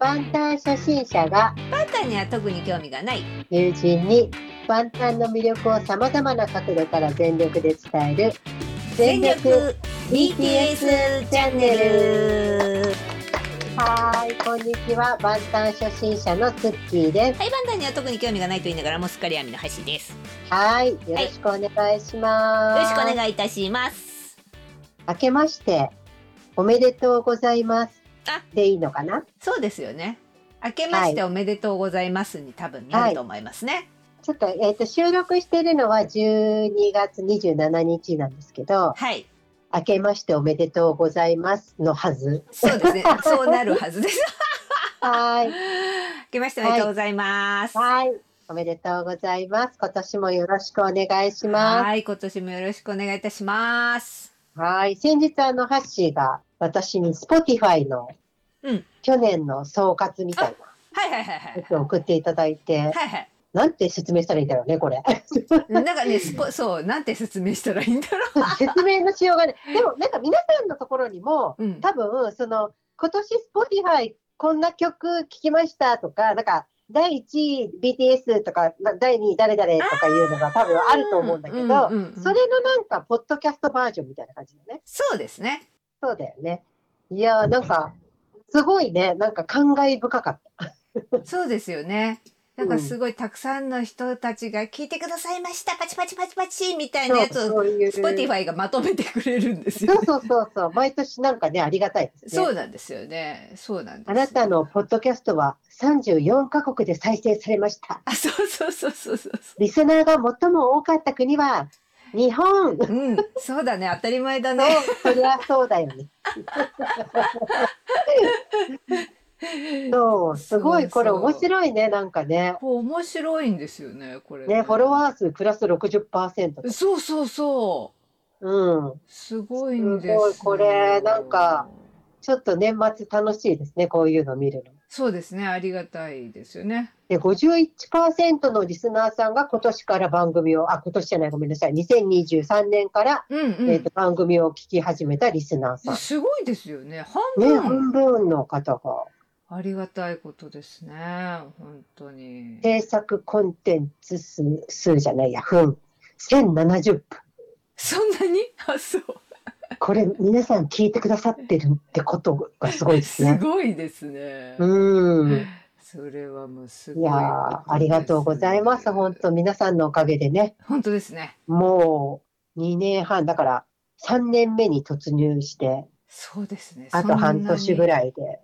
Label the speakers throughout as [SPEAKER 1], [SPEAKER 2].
[SPEAKER 1] ワンタン初心者が
[SPEAKER 2] パンタンには特に興味がない
[SPEAKER 1] 友人にワンタンの魅力をさまざまな角度から全力で伝える
[SPEAKER 2] 全力 BTS チャンネル
[SPEAKER 1] はいこんにちはワンタン初心者のツッキーです
[SPEAKER 2] はいパンタンには特に興味がないと言いながらもうすっかり闇の橋ですよ
[SPEAKER 1] はいよろしくお願いします、
[SPEAKER 2] ろしくお願いいたします
[SPEAKER 1] 明けましておめでとうございます
[SPEAKER 2] あ
[SPEAKER 1] でいいのかな
[SPEAKER 2] そうですよね明けましておめでとうございますに多分なると思いますね
[SPEAKER 1] ちょっと,、えー、と収録してるのは12月27日なんですけど
[SPEAKER 2] はい、
[SPEAKER 1] 明けましておめでとうございますのはず
[SPEAKER 2] そう ですねそうなるはずです
[SPEAKER 1] はい
[SPEAKER 2] 明けましておめでとうございますは
[SPEAKER 1] はい。おめでとうございます。今年もよろしくお願いし
[SPEAKER 2] い
[SPEAKER 1] ま
[SPEAKER 2] 今年もよろしくお願いいたします
[SPEAKER 1] す。はい。先日、あの、ハッシーが私に Spotify の
[SPEAKER 2] うん
[SPEAKER 1] 去年の総括みたい
[SPEAKER 2] はいはいはい
[SPEAKER 1] な
[SPEAKER 2] はい
[SPEAKER 1] やつを送っていただいて、
[SPEAKER 2] はいはい
[SPEAKER 1] なんて説明したらいいんだろうね、これ。
[SPEAKER 2] なんかね、スポそう、なんて説明したらいいんだろ う。
[SPEAKER 1] 説明のしようがない。でも、なんか皆さんのところにも、
[SPEAKER 2] うん、
[SPEAKER 1] 多分、その、今年 Spotify こんな曲聴きましたとか、なんか、第1位 BTS とか、な第2位誰々とかいうのが多分あると思うんだけど、
[SPEAKER 2] うんうんうん
[SPEAKER 1] それのなんか、ポッドキャストバージョンみたいな感じだね。
[SPEAKER 2] そうですね。
[SPEAKER 1] そうだよね。いやー、なんか、すごいね、なんか感慨深かっ
[SPEAKER 2] そうですよね。なんかすごいたくさんの人たちが聞いてくださいました。パチパチパチパチみた
[SPEAKER 1] た。
[SPEAKER 2] いなやつを
[SPEAKER 1] ういう
[SPEAKER 2] Spotify がまとめてくれるんです
[SPEAKER 1] そ
[SPEAKER 2] よ
[SPEAKER 1] う
[SPEAKER 2] ね。
[SPEAKER 1] そうそうそう、毎年なんかね、ありがたいですね。
[SPEAKER 2] そうなんですよね。そうなんです。
[SPEAKER 1] あなた。のポッドキャストは34カ国で再生されました。
[SPEAKER 2] あ、そうそうそうそうそうそ
[SPEAKER 1] リスナーが最も多かった国は日本。
[SPEAKER 2] う。うん、そうだね。当たり前だ
[SPEAKER 1] そ
[SPEAKER 2] ね。
[SPEAKER 1] う、そりゃそうだよ ね。そう、すごい、これ
[SPEAKER 2] そうそう
[SPEAKER 1] 面白いね、なんかね。
[SPEAKER 2] こう面白いんですよね。これ。
[SPEAKER 1] ね、フォロワー数プラス60%と。
[SPEAKER 2] そうそうそう。
[SPEAKER 1] うん。
[SPEAKER 2] すごいんですよ。
[SPEAKER 1] すごいこれなんか。ちょっと年末楽しいですね、こういうの見るの。
[SPEAKER 2] そうですね。ありがたいですよね。
[SPEAKER 1] で、51%のリスナーさんが今年から番組を、あ、今年じゃない、ごめんなさい、2023年から、
[SPEAKER 2] うんうん。
[SPEAKER 1] えーと番組を聞き始めたリスナーさん。
[SPEAKER 2] すごいですよね。半
[SPEAKER 1] ね、
[SPEAKER 2] 分、
[SPEAKER 1] 半分の方が
[SPEAKER 2] ありがたいことですね。本当に。
[SPEAKER 1] 制作コンテンツ数数じゃないや、分。1070分。
[SPEAKER 2] そんなにあ、そう。
[SPEAKER 1] これ、皆さん聞いてくださってるってことがすごいです
[SPEAKER 2] す
[SPEAKER 1] ね。
[SPEAKER 2] ごいですね。
[SPEAKER 1] うん。
[SPEAKER 2] それはもうす
[SPEAKER 1] い
[SPEAKER 2] ごい
[SPEAKER 1] や
[SPEAKER 2] ことですね、
[SPEAKER 1] ーありがとうございます。本当皆さんのおかげでね。
[SPEAKER 2] 本当ですね。
[SPEAKER 1] もう2年半、だから3年目に突入して、
[SPEAKER 2] そうですね。
[SPEAKER 1] あと半年ぐ
[SPEAKER 2] い
[SPEAKER 1] らいで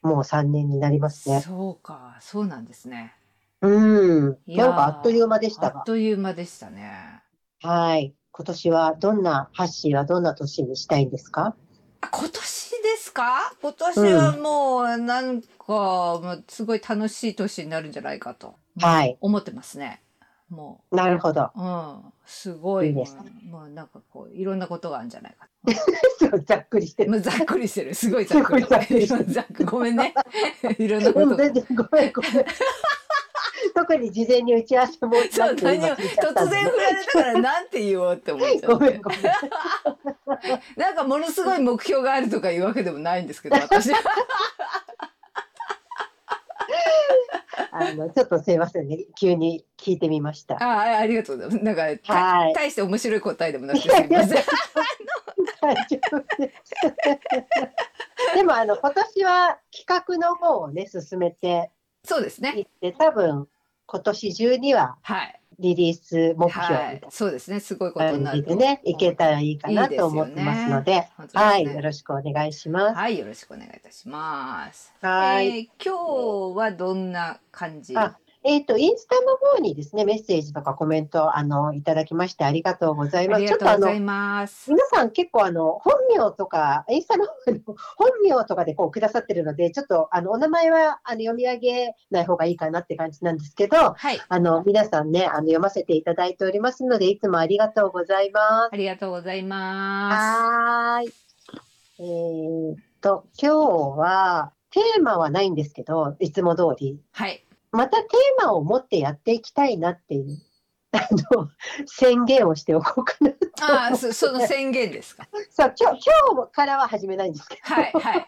[SPEAKER 1] もう3年になりますね。
[SPEAKER 2] そうか、そうなんですね。
[SPEAKER 1] うん。
[SPEAKER 2] い
[SPEAKER 1] な
[SPEAKER 2] やー
[SPEAKER 1] んかあっという間でし
[SPEAKER 2] あ
[SPEAKER 1] た
[SPEAKER 2] っ
[SPEAKER 1] が。
[SPEAKER 2] という間でしたね。
[SPEAKER 1] はい。今年はどんな、ハッシーはどんな年にしたいんですか
[SPEAKER 2] あ今年ですか今年はもうなんか、もうすごい楽しい年になるんじゃないかと
[SPEAKER 1] はい。
[SPEAKER 2] 思ってますね。もう
[SPEAKER 1] なるほど。
[SPEAKER 2] うん、すごい
[SPEAKER 1] いい
[SPEAKER 2] も
[SPEAKER 1] です
[SPEAKER 2] うもうなんかこういろんなことがあるんじゃないか
[SPEAKER 1] ざっくりして
[SPEAKER 2] な。
[SPEAKER 1] る。
[SPEAKER 2] もうざっくりしてる。すごいざっくり。
[SPEAKER 1] すごいざっくりしてる
[SPEAKER 2] ざっくごめんね。 いろんなこ
[SPEAKER 1] うん
[SPEAKER 2] と が。
[SPEAKER 1] 全然ごめんごめ ん。特に事前に打ち合わせもなく
[SPEAKER 2] そう
[SPEAKER 1] 今
[SPEAKER 2] 何も
[SPEAKER 1] 聞いちゃった
[SPEAKER 2] 突
[SPEAKER 1] んで
[SPEAKER 2] 然振られたからなんて言おうって思っちゃ
[SPEAKER 1] ご
[SPEAKER 2] っ
[SPEAKER 1] めん
[SPEAKER 2] て
[SPEAKER 1] ごめん。
[SPEAKER 2] なんかものすごい目標があるとかいうわけでもないんですけど私 は
[SPEAKER 1] あの、ちょっとすいませんね。急に聞いてみました。
[SPEAKER 2] ああありがとうございますなんかた
[SPEAKER 1] はい
[SPEAKER 2] 大して面白い答えでもなくてすみません
[SPEAKER 1] 大丈夫です。でもあの今年は企画の方をね進めて
[SPEAKER 2] そうです
[SPEAKER 1] い
[SPEAKER 2] ね
[SPEAKER 1] って多分今年中には
[SPEAKER 2] はい
[SPEAKER 1] リリース目標み
[SPEAKER 2] はいそうですねすごいこ
[SPEAKER 1] た
[SPEAKER 2] と
[SPEAKER 1] い
[SPEAKER 2] に
[SPEAKER 1] な感
[SPEAKER 2] なる
[SPEAKER 1] じ
[SPEAKER 2] と
[SPEAKER 1] でねいけたらいいかなと思ってますので
[SPEAKER 2] 本当
[SPEAKER 1] はい
[SPEAKER 2] です
[SPEAKER 1] よ
[SPEAKER 2] ね
[SPEAKER 1] ろしくお願いします。
[SPEAKER 2] はいよろしくお願いいたします
[SPEAKER 1] はい、
[SPEAKER 2] えー今日はどんな感じ
[SPEAKER 1] あえっ、とインスタの方にですねメッセージとかコメントあのいただきましてありがとうござい
[SPEAKER 2] あ
[SPEAKER 1] ます。
[SPEAKER 2] り
[SPEAKER 1] ちょ
[SPEAKER 2] が
[SPEAKER 1] っと
[SPEAKER 2] と
[SPEAKER 1] あの
[SPEAKER 2] うございます。
[SPEAKER 1] 皆さん結構あの本名とかインスタの方にも本名とかでこうくださってるのでちょっと あのお名前はあの読み上げない方がいいかなって感じなんですけど
[SPEAKER 2] はい、
[SPEAKER 1] あの皆さんねあの読ませていただいておりますのでいつもありがとうございま
[SPEAKER 2] あ
[SPEAKER 1] す。
[SPEAKER 2] りがとうございま
[SPEAKER 1] はーい。えーっと今日はテーマはないんですけどいつも通り
[SPEAKER 2] す。はい、
[SPEAKER 1] またテーマを持ってやっていきたいなっていう あの宣言をしておこうかな。
[SPEAKER 2] ああ、そ、その宣言ですか。
[SPEAKER 1] そう今日今日からは始めないんですけど。
[SPEAKER 2] はい、はい、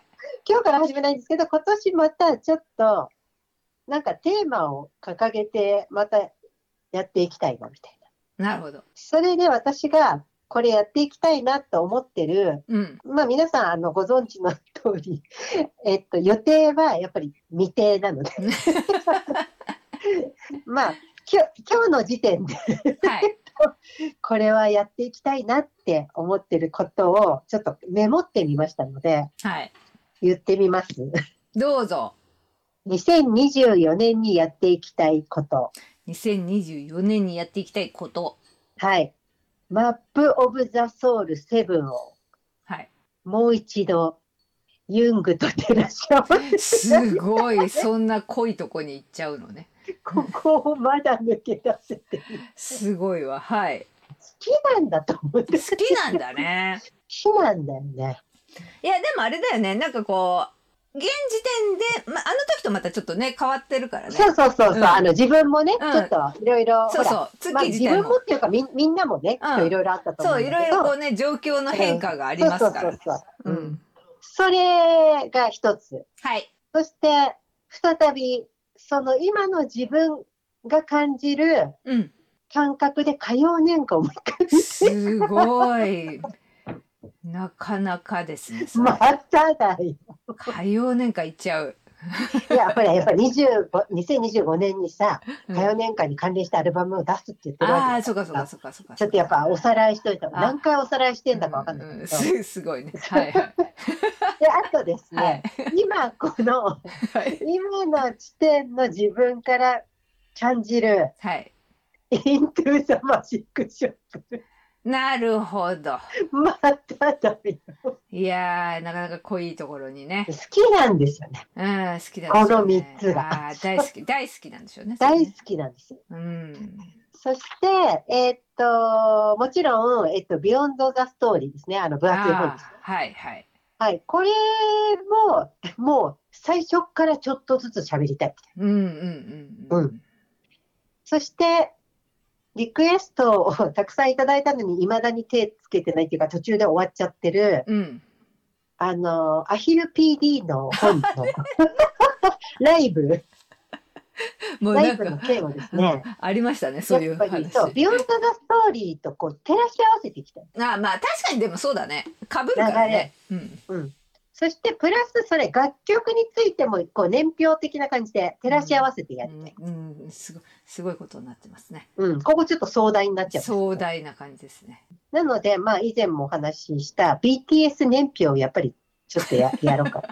[SPEAKER 1] 今日から始めないんですけど、今年またちょっと、なんかテーマを掲げて、またやっていきたいな、みたいな。
[SPEAKER 2] なるほど。
[SPEAKER 1] それで私が、これやっていきたいなと思ってる、
[SPEAKER 2] うん。
[SPEAKER 1] まあ皆さん、あの、ご存知の通り、 えっと、予定はやっぱり未定なので。まあ、きょ今日の時点で、
[SPEAKER 2] はい。
[SPEAKER 1] これはやっていきたいなって思ってることを、ちょっとメモってみましたので、
[SPEAKER 2] はい。
[SPEAKER 1] 言ってみます。
[SPEAKER 2] どうぞ。
[SPEAKER 1] 2024年にやっていきたいこと。
[SPEAKER 2] 2024年にやっていきたいこと。
[SPEAKER 1] はい。マップ・オブ・ザ・ソウル7を
[SPEAKER 2] はい。
[SPEAKER 1] もう一度、ユングと照らし合わせ
[SPEAKER 2] すごい、そんな濃いとこに行っちゃうのね。
[SPEAKER 1] ここをまだ抜け出せてない。
[SPEAKER 2] すごいわ。はい。
[SPEAKER 1] 好きなんだと思って。
[SPEAKER 2] 好きなんだね。
[SPEAKER 1] 好きなんだよね。
[SPEAKER 2] いや、でもあれだよね。なんかこう、現時点で、ま、あの時とまたちょっとね、変わってるからね。
[SPEAKER 1] そうそうそうそう、
[SPEAKER 2] うん
[SPEAKER 1] あの自分もね、
[SPEAKER 2] うん
[SPEAKER 1] ちょっといろいろ、
[SPEAKER 2] そう
[SPEAKER 1] ほら
[SPEAKER 2] そう。
[SPEAKER 1] まあ、
[SPEAKER 2] 月
[SPEAKER 1] 自
[SPEAKER 2] 自体
[SPEAKER 1] 分も
[SPEAKER 2] も。
[SPEAKER 1] っていうかみんみんなもね、
[SPEAKER 2] うん
[SPEAKER 1] きっといろいろあったと思
[SPEAKER 2] そうう、
[SPEAKER 1] ん
[SPEAKER 2] い
[SPEAKER 1] だ
[SPEAKER 2] ろい
[SPEAKER 1] け
[SPEAKER 2] ろ
[SPEAKER 1] ど
[SPEAKER 2] こうね、状況の変化がありますからね。
[SPEAKER 1] そうそうそう
[SPEAKER 2] う
[SPEAKER 1] そう、うん
[SPEAKER 2] ん。
[SPEAKER 1] それが一つ
[SPEAKER 2] はい。
[SPEAKER 1] そして、再び、その今の自分が感じる
[SPEAKER 2] うん。
[SPEAKER 1] 感覚で火曜年間をもう一回
[SPEAKER 2] すごい。なかなかですね。それ
[SPEAKER 1] まただよ。
[SPEAKER 2] 火曜年間行っちゃう。
[SPEAKER 1] いや、ほら、やっぱり25 2025年にさ、
[SPEAKER 2] うん
[SPEAKER 1] 火曜年間に関連したアルバムを出すって言ってる
[SPEAKER 2] あ
[SPEAKER 1] わ
[SPEAKER 2] あ、
[SPEAKER 1] け
[SPEAKER 2] そう
[SPEAKER 1] だ
[SPEAKER 2] かそう
[SPEAKER 1] から
[SPEAKER 2] かそうかそうか。
[SPEAKER 1] ちょっとやっぱおさらいしといた
[SPEAKER 2] あ
[SPEAKER 1] 何回おさらいしてんだかわかんないけど。
[SPEAKER 2] うんうんすす ごいね。はいはい
[SPEAKER 1] で、あとです
[SPEAKER 2] は
[SPEAKER 1] ね
[SPEAKER 2] い、
[SPEAKER 1] 今この、
[SPEAKER 2] はい
[SPEAKER 1] 今の地点の自分から感じる、
[SPEAKER 2] はい。
[SPEAKER 1] イントゥザマジックショップ。
[SPEAKER 2] なるほど。
[SPEAKER 1] まただよ。
[SPEAKER 2] いやー、なかなか濃いところにね
[SPEAKER 1] 好。きなんですよね。
[SPEAKER 2] うん、好きだ、ね。
[SPEAKER 1] この三つが
[SPEAKER 2] あー大好き、大好きなんでしょうね。
[SPEAKER 1] 大好きなんですよ。
[SPEAKER 2] き。うん。
[SPEAKER 1] そして、えーっと、もちろん、えっと、ビヨンド・ザ・ストーリーですね。あの、分厚い本
[SPEAKER 2] あ
[SPEAKER 1] です。
[SPEAKER 2] ーはいはい。
[SPEAKER 1] はい。これも、もう、最初からちょっとずつ喋りたい。
[SPEAKER 2] うんうんうん
[SPEAKER 1] うん。そして、リクエストをたくさんいただいたのに、未だに手つけてないっていうか、途中で終わっちゃってる、
[SPEAKER 2] うん。
[SPEAKER 1] あの、アヒル PD の 本のライブ、
[SPEAKER 2] もう
[SPEAKER 1] ラ
[SPEAKER 2] な
[SPEAKER 1] イ
[SPEAKER 2] ん
[SPEAKER 1] ブの
[SPEAKER 2] か、
[SPEAKER 1] 件をですね、
[SPEAKER 2] ありましたね、そうい
[SPEAKER 1] や
[SPEAKER 2] う
[SPEAKER 1] っぱり、
[SPEAKER 2] 話。
[SPEAKER 1] そう、ビヨンド・ザ・ストーリーとこう、照らし合わせていきたい。
[SPEAKER 2] あまあ確かにでもそうだね被るからね、うん、
[SPEAKER 1] そしてプラスそれ楽曲についてもこう年表的な感じで照らし合わせてやる、
[SPEAKER 2] うん、うん、すごすごいことになってますね
[SPEAKER 1] うんここちょっと壮大になっちゃう
[SPEAKER 2] 壮大な感じですね
[SPEAKER 1] なのでまあ以前もお話しした BTS 年表をやっぱりちょっとややろうか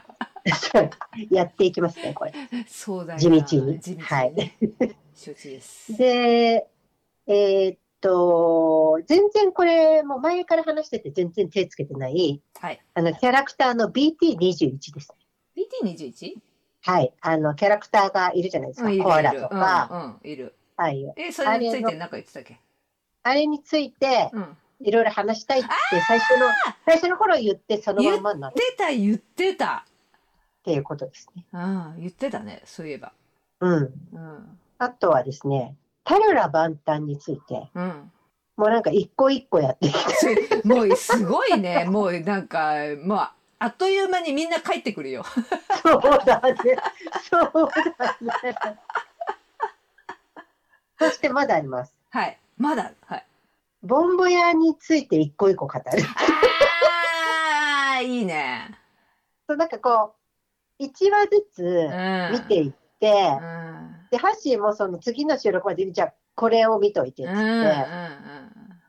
[SPEAKER 1] なやっていきますねこれ
[SPEAKER 2] 壮大な
[SPEAKER 1] 地道に
[SPEAKER 2] 地道にね、
[SPEAKER 1] はい
[SPEAKER 2] 承知です
[SPEAKER 1] でえーっと全然これもう前から話してて全然手つけてない
[SPEAKER 2] はい
[SPEAKER 1] あのキャラクターの BT21 です
[SPEAKER 2] BT21?
[SPEAKER 1] はいあのキャラクターがいるじゃないです
[SPEAKER 2] う
[SPEAKER 1] か、
[SPEAKER 2] んいる
[SPEAKER 1] コア
[SPEAKER 2] い
[SPEAKER 1] ラ
[SPEAKER 2] る
[SPEAKER 1] とか、
[SPEAKER 2] うん、うん、いる
[SPEAKER 1] はい
[SPEAKER 2] えそれについてなんか言ってたっけ
[SPEAKER 1] あれについて
[SPEAKER 2] うん
[SPEAKER 1] いろいろ話したいって最初の最初の頃言ってそのまんまになるっ
[SPEAKER 2] 出た言ってた
[SPEAKER 1] ていうことですね。
[SPEAKER 2] うん言ってたねそういえば
[SPEAKER 1] うん。
[SPEAKER 2] うん
[SPEAKER 1] あとはですね、タルラ万端について、
[SPEAKER 2] うん
[SPEAKER 1] もうなんか一個一個やってきて、
[SPEAKER 2] そもうすごいねもうなんかもうあっという間にみんな帰ってくるよ
[SPEAKER 1] そうだ ね、そうだね。そしてまだあります。
[SPEAKER 2] はいまだはい
[SPEAKER 1] ボンボヤについて一個一個語る。
[SPEAKER 2] あーいいね。
[SPEAKER 1] そうなんかこう、一話ず
[SPEAKER 2] う
[SPEAKER 1] つ
[SPEAKER 2] ん。
[SPEAKER 1] 見ていって、
[SPEAKER 2] うん。
[SPEAKER 1] で、ハッシーもその次の収録まで、じゃあこれを見といてっ
[SPEAKER 2] うん
[SPEAKER 1] つ
[SPEAKER 2] う
[SPEAKER 1] っ
[SPEAKER 2] ん
[SPEAKER 1] て、
[SPEAKER 2] うん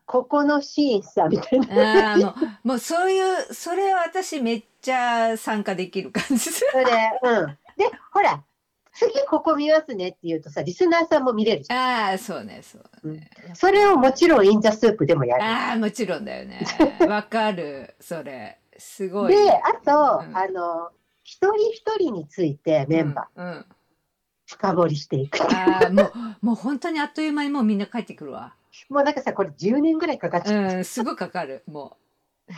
[SPEAKER 1] ここのシーンさ、みたいな。
[SPEAKER 2] うん、あーもうもうそういうそれは私めっちゃ参加できる感じする
[SPEAKER 1] それ、うん。で、ほら、次ここ見ますねって言うとさ、リスナーさんも見れるじゃ
[SPEAKER 2] ああそうねそうね、
[SPEAKER 1] ん。それをもちろんインザスープでもやる。
[SPEAKER 2] ああもちろんだよねわかるそれすごい
[SPEAKER 1] で、あと、
[SPEAKER 2] うん
[SPEAKER 1] あの、一人一人についてメンバー、
[SPEAKER 2] うん、うん、
[SPEAKER 1] 深掘りしていく。
[SPEAKER 2] ああもうもう本当にあっという間にもうみんな帰ってくるわ
[SPEAKER 1] もうなんかさ、これ10年ぐらいかかっちゃう
[SPEAKER 2] うんすごいかかるも
[SPEAKER 1] っ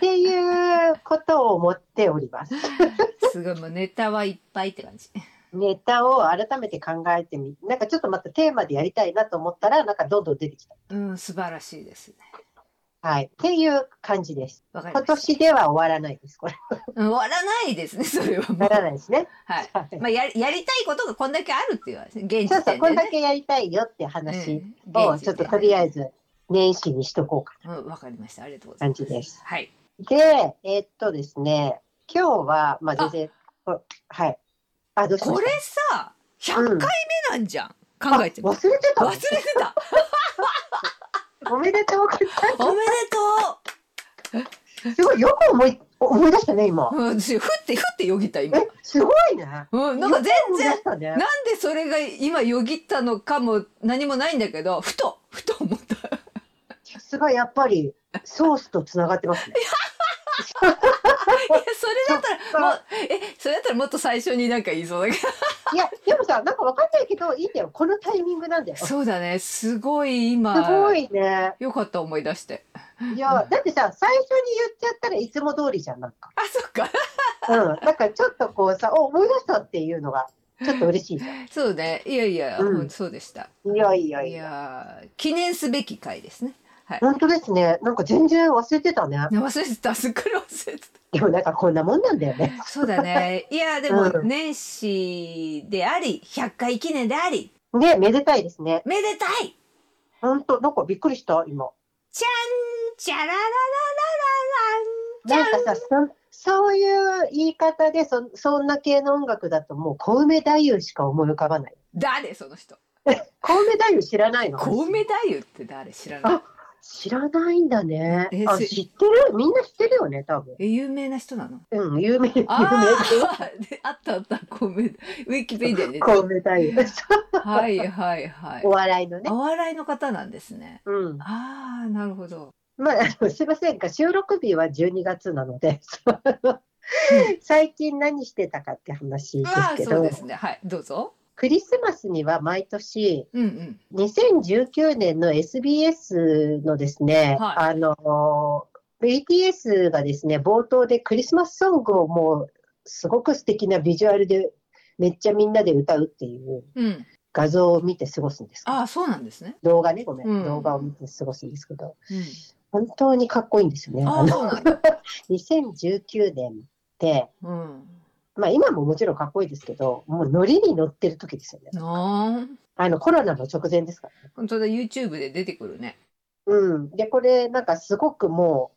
[SPEAKER 1] ていうことを思っております。
[SPEAKER 2] うすごいもうネタはいっぱいって感じ
[SPEAKER 1] ネタを改めて考えてみ、なんかちょっとまたテーマでやりたいなと思ったら、なんかどんどん出てきた。
[SPEAKER 2] うん素晴らしいですね
[SPEAKER 1] はい。っていう感じです。
[SPEAKER 2] わかりま
[SPEAKER 1] 今
[SPEAKER 2] した。
[SPEAKER 1] 年では終わらないです。これ。
[SPEAKER 2] うん終わらないですね、 それは
[SPEAKER 1] 終
[SPEAKER 2] も
[SPEAKER 1] わら
[SPEAKER 2] う。
[SPEAKER 1] ないですね。
[SPEAKER 2] はい。
[SPEAKER 1] はい
[SPEAKER 2] まあ、やりやりたいことがこんだけあるっていう話、現時点で、ね。
[SPEAKER 1] そうそう、これだけやりたいよって話を、ちょっととりあえ
[SPEAKER 2] ず。
[SPEAKER 1] ず年始にしとこうか
[SPEAKER 2] うん、わかりました。ありがとうござい
[SPEAKER 1] 感
[SPEAKER 2] ます。
[SPEAKER 1] じです。
[SPEAKER 2] はい。
[SPEAKER 1] で、えっとですね、今日は、まあ全然、こはい。あ、どうしま
[SPEAKER 2] こ
[SPEAKER 1] し
[SPEAKER 2] れ
[SPEAKER 1] た
[SPEAKER 2] さ、100回目なんじゃん。考えて
[SPEAKER 1] あ
[SPEAKER 2] み
[SPEAKER 1] 忘れてた
[SPEAKER 2] 忘れてた。
[SPEAKER 1] おめでとうございます
[SPEAKER 2] おめで
[SPEAKER 1] すごい、よく思い、思い出したね、今
[SPEAKER 2] と。う。うん、私、ふって、ふってよぎった、今
[SPEAKER 1] え。、すごいね。
[SPEAKER 2] うん、なんか全
[SPEAKER 1] よ、く
[SPEAKER 2] 然
[SPEAKER 1] 思い出した
[SPEAKER 2] なん
[SPEAKER 1] ね。
[SPEAKER 2] でそれが今よぎったのかも何もないんだけど、ふと、ふと思った。
[SPEAKER 1] さすがやっぱり、ソースとつながってますね。
[SPEAKER 2] いや、それだったら、もう、え、それだったらもっと最初になんか言いそうだけ
[SPEAKER 1] いや、でもさ、なんかわかんないけど、いいんだよ。このタイミングなんだよ。
[SPEAKER 2] ど。
[SPEAKER 1] す
[SPEAKER 2] そうだね、すごい今。
[SPEAKER 1] ごいね。
[SPEAKER 2] よかった思い出して。
[SPEAKER 1] いや、だってさ、最初に言っちゃったらいつも通りじゃん、なんか。
[SPEAKER 2] あ、そっか。
[SPEAKER 1] うん。なんかちょっとこうさ、お、思い出したっていうのが、ちょっと嬉しいじゃ
[SPEAKER 2] そうね。いやいや、
[SPEAKER 1] うん
[SPEAKER 2] うんそうでした。
[SPEAKER 1] ん。いやいや
[SPEAKER 2] い
[SPEAKER 1] いや。
[SPEAKER 2] やー、記念すべき回ですね。
[SPEAKER 1] 本当ですね。なんか全然忘れてたね。
[SPEAKER 2] ね忘れてた、すっかり忘れて
[SPEAKER 1] でもなんかこんなもんなんだよね。
[SPEAKER 2] た。そうだね。いや、でも
[SPEAKER 1] う、ん
[SPEAKER 2] 年始であり、100回記念であり、
[SPEAKER 1] ね、めでたいですね。
[SPEAKER 2] めでたい
[SPEAKER 1] 本当なんかびっくりした、今。
[SPEAKER 2] チャラララララじゃん
[SPEAKER 1] なんかさ、そそういう言い方でそ、そんな系の音楽だともう小梅太夫しか思い浮かばない。
[SPEAKER 2] ラン誰その人。
[SPEAKER 1] 小梅太夫知らないの
[SPEAKER 2] 小梅太夫って誰知らない
[SPEAKER 1] あ。知らないんだね
[SPEAKER 2] え。
[SPEAKER 1] あ、
[SPEAKER 2] す
[SPEAKER 1] 知ってるみんな知ってるよね、多分。
[SPEAKER 2] え、有名な人なの
[SPEAKER 1] うん、有名、有名。
[SPEAKER 2] あー であったあった、小梅。ウィキペディアに出て
[SPEAKER 1] 小梅太夫。そう
[SPEAKER 2] た。はいはいはい
[SPEAKER 1] お。笑いのね
[SPEAKER 2] お。笑いの方なんですね。
[SPEAKER 1] うん。
[SPEAKER 2] ああ、なるほど。
[SPEAKER 1] まああの、すいませんが、収録日は12月なので、そうあの 最近何してたかって話です
[SPEAKER 2] ああ、
[SPEAKER 1] け
[SPEAKER 2] そう
[SPEAKER 1] ど
[SPEAKER 2] で、すね。はい、どうぞ。
[SPEAKER 1] クリスマスには毎年、
[SPEAKER 2] うん
[SPEAKER 1] 2019年の SBS のですね、
[SPEAKER 2] は
[SPEAKER 1] あの、BTS がですね、冒頭でクリスマスソングをもう、すごく素敵なビジュアルで、めっちゃみんなで歌うっていう
[SPEAKER 2] うん。うん。
[SPEAKER 1] 画像を見て過ごすんですけど
[SPEAKER 2] ああ、そうなんですね。
[SPEAKER 1] 動画ね、ごめん、
[SPEAKER 2] うん
[SPEAKER 1] 動画を見て過ごすんですけど、
[SPEAKER 2] うん。
[SPEAKER 1] 本当にかっこいいんですよね。
[SPEAKER 2] あ
[SPEAKER 1] あ
[SPEAKER 2] あ、
[SPEAKER 1] の
[SPEAKER 2] そうなんだ。
[SPEAKER 1] 2019年って、
[SPEAKER 2] うん。
[SPEAKER 1] まあ今ももちろんかっこいいですけど、もうノリに乗ってる時ですよね。
[SPEAKER 2] なあ。
[SPEAKER 1] あのコロナの直前ですから。
[SPEAKER 2] 本当だ、YouTube で出てくるね。
[SPEAKER 1] うん。で、これ、なんかすごくも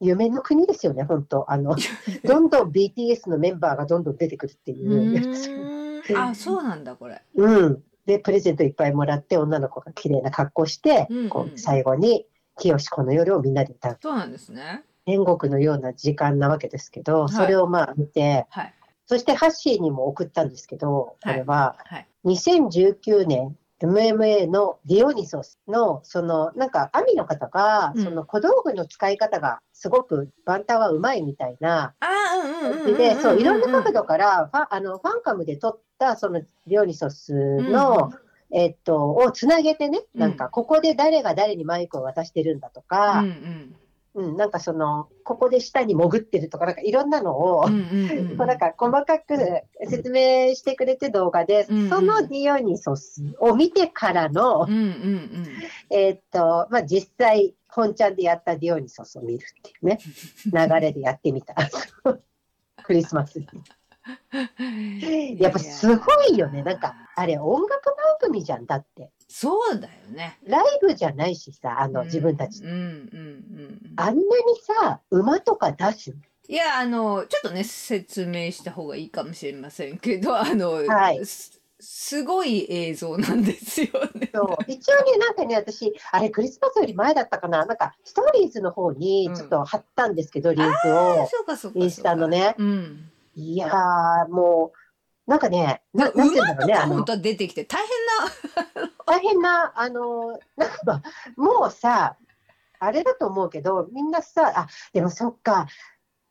[SPEAKER 1] う、夢の国ですよね、本当あ の、どんどん BTS のメンバーがどんどん出てくるっていううやつ。
[SPEAKER 2] ーん。あ、そうなんだ、これ。
[SPEAKER 1] うん。で、プレゼントいっぱいもらって、女の子が綺麗な格好して、
[SPEAKER 2] うんうん
[SPEAKER 1] こう最後に、清子の夜をみんなで歌う。
[SPEAKER 2] そうなんですね。
[SPEAKER 1] 天国のような時間なわけですけど、
[SPEAKER 2] い
[SPEAKER 1] それをまあ見て、
[SPEAKER 2] はい。
[SPEAKER 1] そしてハッシーにも送ったんですけど、これは、
[SPEAKER 2] はい。
[SPEAKER 1] 2019年 MMA のディオニソスのそのなんかアミの方が
[SPEAKER 2] うん
[SPEAKER 1] その小道具の使い方がすごく万端はうまいみたいな
[SPEAKER 2] ああ、うんうんうんうんうん。
[SPEAKER 1] でそういろんな角
[SPEAKER 2] 度
[SPEAKER 1] 度からファンあのファンカムで撮ったそのディオニソスの、えっとをつなげてねなん
[SPEAKER 2] う
[SPEAKER 1] かここで誰が誰にマイクを渡してるんだと
[SPEAKER 2] うんう
[SPEAKER 1] か、
[SPEAKER 2] ん。
[SPEAKER 1] うん、なんかそのここで下に潜ってるとかなんかいろんなのを
[SPEAKER 2] うんうんうん。
[SPEAKER 1] こうなんか細かく説明してくれて動画で、
[SPEAKER 2] うんうん
[SPEAKER 1] そのディオニソスを見てからの、
[SPEAKER 2] うんうんうん。
[SPEAKER 1] えーっと、まあ、実際、本ちゃんでやったディオニソスを見るって いうね、流れでやってみた。クリスマスに。やっぱすごいよね。なんか、あれ音楽番組じゃんだって。
[SPEAKER 2] そうだよね。
[SPEAKER 1] ライブじゃないしさ、あの、
[SPEAKER 2] うん
[SPEAKER 1] 自分たち。
[SPEAKER 2] うんうんうんうん。
[SPEAKER 1] あんなにさ、馬とか出す
[SPEAKER 2] いやあのちょっとね説明した方がいいかもしれませんけど あの、
[SPEAKER 1] はい
[SPEAKER 2] すすごい映像なんですよね。
[SPEAKER 1] そう一応ね、なんかね、私、あれ、クリスマスより前だったかな、なんか、ストーリーズの方にちょっと貼ったんですけど、リンク
[SPEAKER 2] あ
[SPEAKER 1] を、
[SPEAKER 2] そうかそうかそうか。
[SPEAKER 1] インスタの。ね。
[SPEAKER 2] うん。
[SPEAKER 1] いやー、もう、なんかね、ななんて言うんだろうね、あ
[SPEAKER 2] 本
[SPEAKER 1] の、
[SPEAKER 2] 当は出てきて大
[SPEAKER 1] 大変な、あの、なんか、もうさ、あれだと思うけど、みんなさ、あ、でもそっか、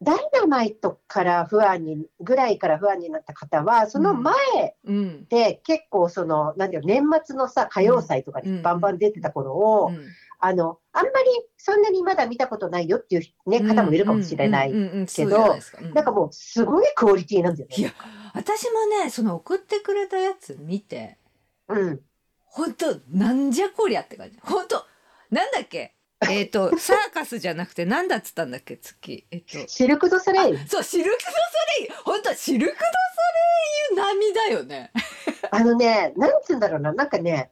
[SPEAKER 1] ダイナマイトから不安に、ぐらいから不安になった方は、その前
[SPEAKER 2] 変な。うん。
[SPEAKER 1] で結構その、なんていうの、年末のさ、歌謡祭とか
[SPEAKER 2] うん
[SPEAKER 1] にバンバン出てた頃を、あの、あんまりそんなにまだ見たことないよっていう、ね、方もいるかもしれない。けどなんか
[SPEAKER 2] か
[SPEAKER 1] もう、すごいクオリティなんだよ
[SPEAKER 2] い
[SPEAKER 1] ね。
[SPEAKER 2] や私もねその送ってくれたやつ見て
[SPEAKER 1] うん。
[SPEAKER 2] 本当なんじゃこりゃって感じ。本当なんだっけえっと、サーカスじゃなくて、なんだっつったんだっけ、月。えっと。
[SPEAKER 1] シルク・ドゥ・ソレイユ
[SPEAKER 2] あ そう、シルク・ドゥ・ソレイユ。本当はシルク・ドゥ・ソレイユ並みだよね。
[SPEAKER 1] あのね、なんつうんだろうな、なんかね、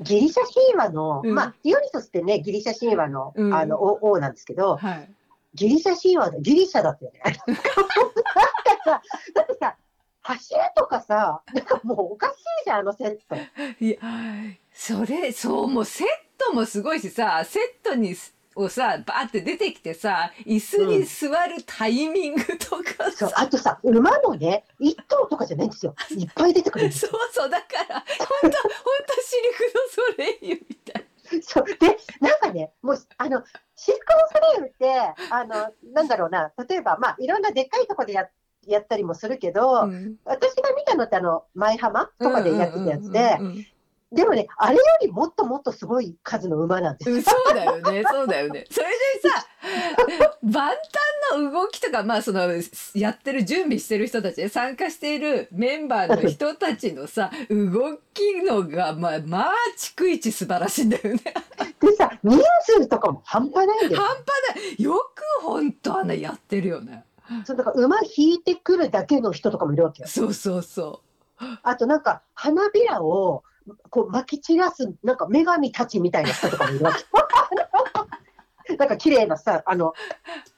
[SPEAKER 1] ギリシャ神話の、
[SPEAKER 2] うん
[SPEAKER 1] まあ、ディオニソスってね、ギリシャ神話の、
[SPEAKER 2] うん
[SPEAKER 1] あの、王王なんですけど、
[SPEAKER 2] はい。
[SPEAKER 1] ギリシャ神話の、ギリシャだった よね。なんかさ、だってさ、走るとかさ、なんかもうおかしいじゃん、あのセット。
[SPEAKER 2] いやそれそうもうセットもすごいしさセットにすをさバーって出てきてさ椅子に座るタイミングとか
[SPEAKER 1] そ
[SPEAKER 2] さ、
[SPEAKER 1] う、あとさ、馬もね、一頭とかじゃないんですよ。いっぱい出てくるんです
[SPEAKER 2] そう
[SPEAKER 1] よ。
[SPEAKER 2] そうだから本当本当シルク・ドゥ・ソレイユみたい
[SPEAKER 1] そうで、なんかね、もう、あの、シルク・ドゥ・ソレイユって、あの、なんだろうな、例えば、まあ、いろんなでっかいとこでややったりもするけど、
[SPEAKER 2] な、うん
[SPEAKER 1] 私が見たのってあの舞浜とかでやってたやつで
[SPEAKER 2] うんうんうんうん
[SPEAKER 1] でもねあれよりもっともっとすごい数の馬なんです
[SPEAKER 2] う
[SPEAKER 1] よ
[SPEAKER 2] んそうだよねそうだよね それでさ万端の動きとかまあそのやってる準備してる人たちね参加しているメンバーの人たちのさ動きのがまあまあ逐一素晴らしいんだよね
[SPEAKER 1] でさ人数とかも半端ないんだ
[SPEAKER 2] 半
[SPEAKER 1] よ
[SPEAKER 2] 端ないよく本当あのやってるよね
[SPEAKER 1] そのだから馬引いてくるだけの人とかもいるわけよ
[SPEAKER 2] そうそうそ
[SPEAKER 1] あとなんか花びらをこう撒き散らすなんか女神たちみたいな人とかもいるわ けなんか綺麗なさあの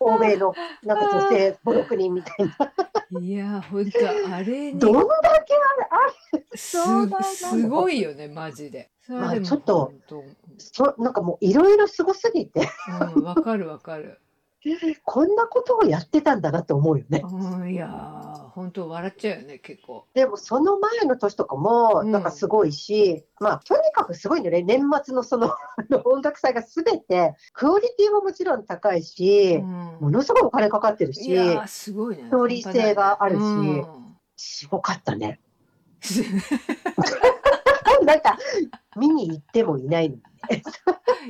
[SPEAKER 1] 欧米のなんか女性56人みたいな
[SPEAKER 2] ういや本当あれに
[SPEAKER 1] どんだけあれあ
[SPEAKER 2] す
[SPEAKER 1] 壮大なの
[SPEAKER 2] すごいよねマジでそれはでも
[SPEAKER 1] まあちょっと
[SPEAKER 2] 本当
[SPEAKER 1] そなんかもういろいろすごすぎて
[SPEAKER 2] うんわかるわかる
[SPEAKER 1] こんなことをやってたんだなって思うよね
[SPEAKER 2] うん、いやー本当笑っちゃうよね結構。
[SPEAKER 1] でもその前の年とかも
[SPEAKER 2] うん
[SPEAKER 1] なんかすごいし、まあとにかくすごいのね年末のそのあの音楽祭が全てクオリティももちろん高いし、ものすごいお金かかってる
[SPEAKER 2] い
[SPEAKER 1] し
[SPEAKER 2] やーすごいね。
[SPEAKER 1] ストーリー性があるし
[SPEAKER 2] うん
[SPEAKER 1] すごかったね なんか見に行ってもいないのに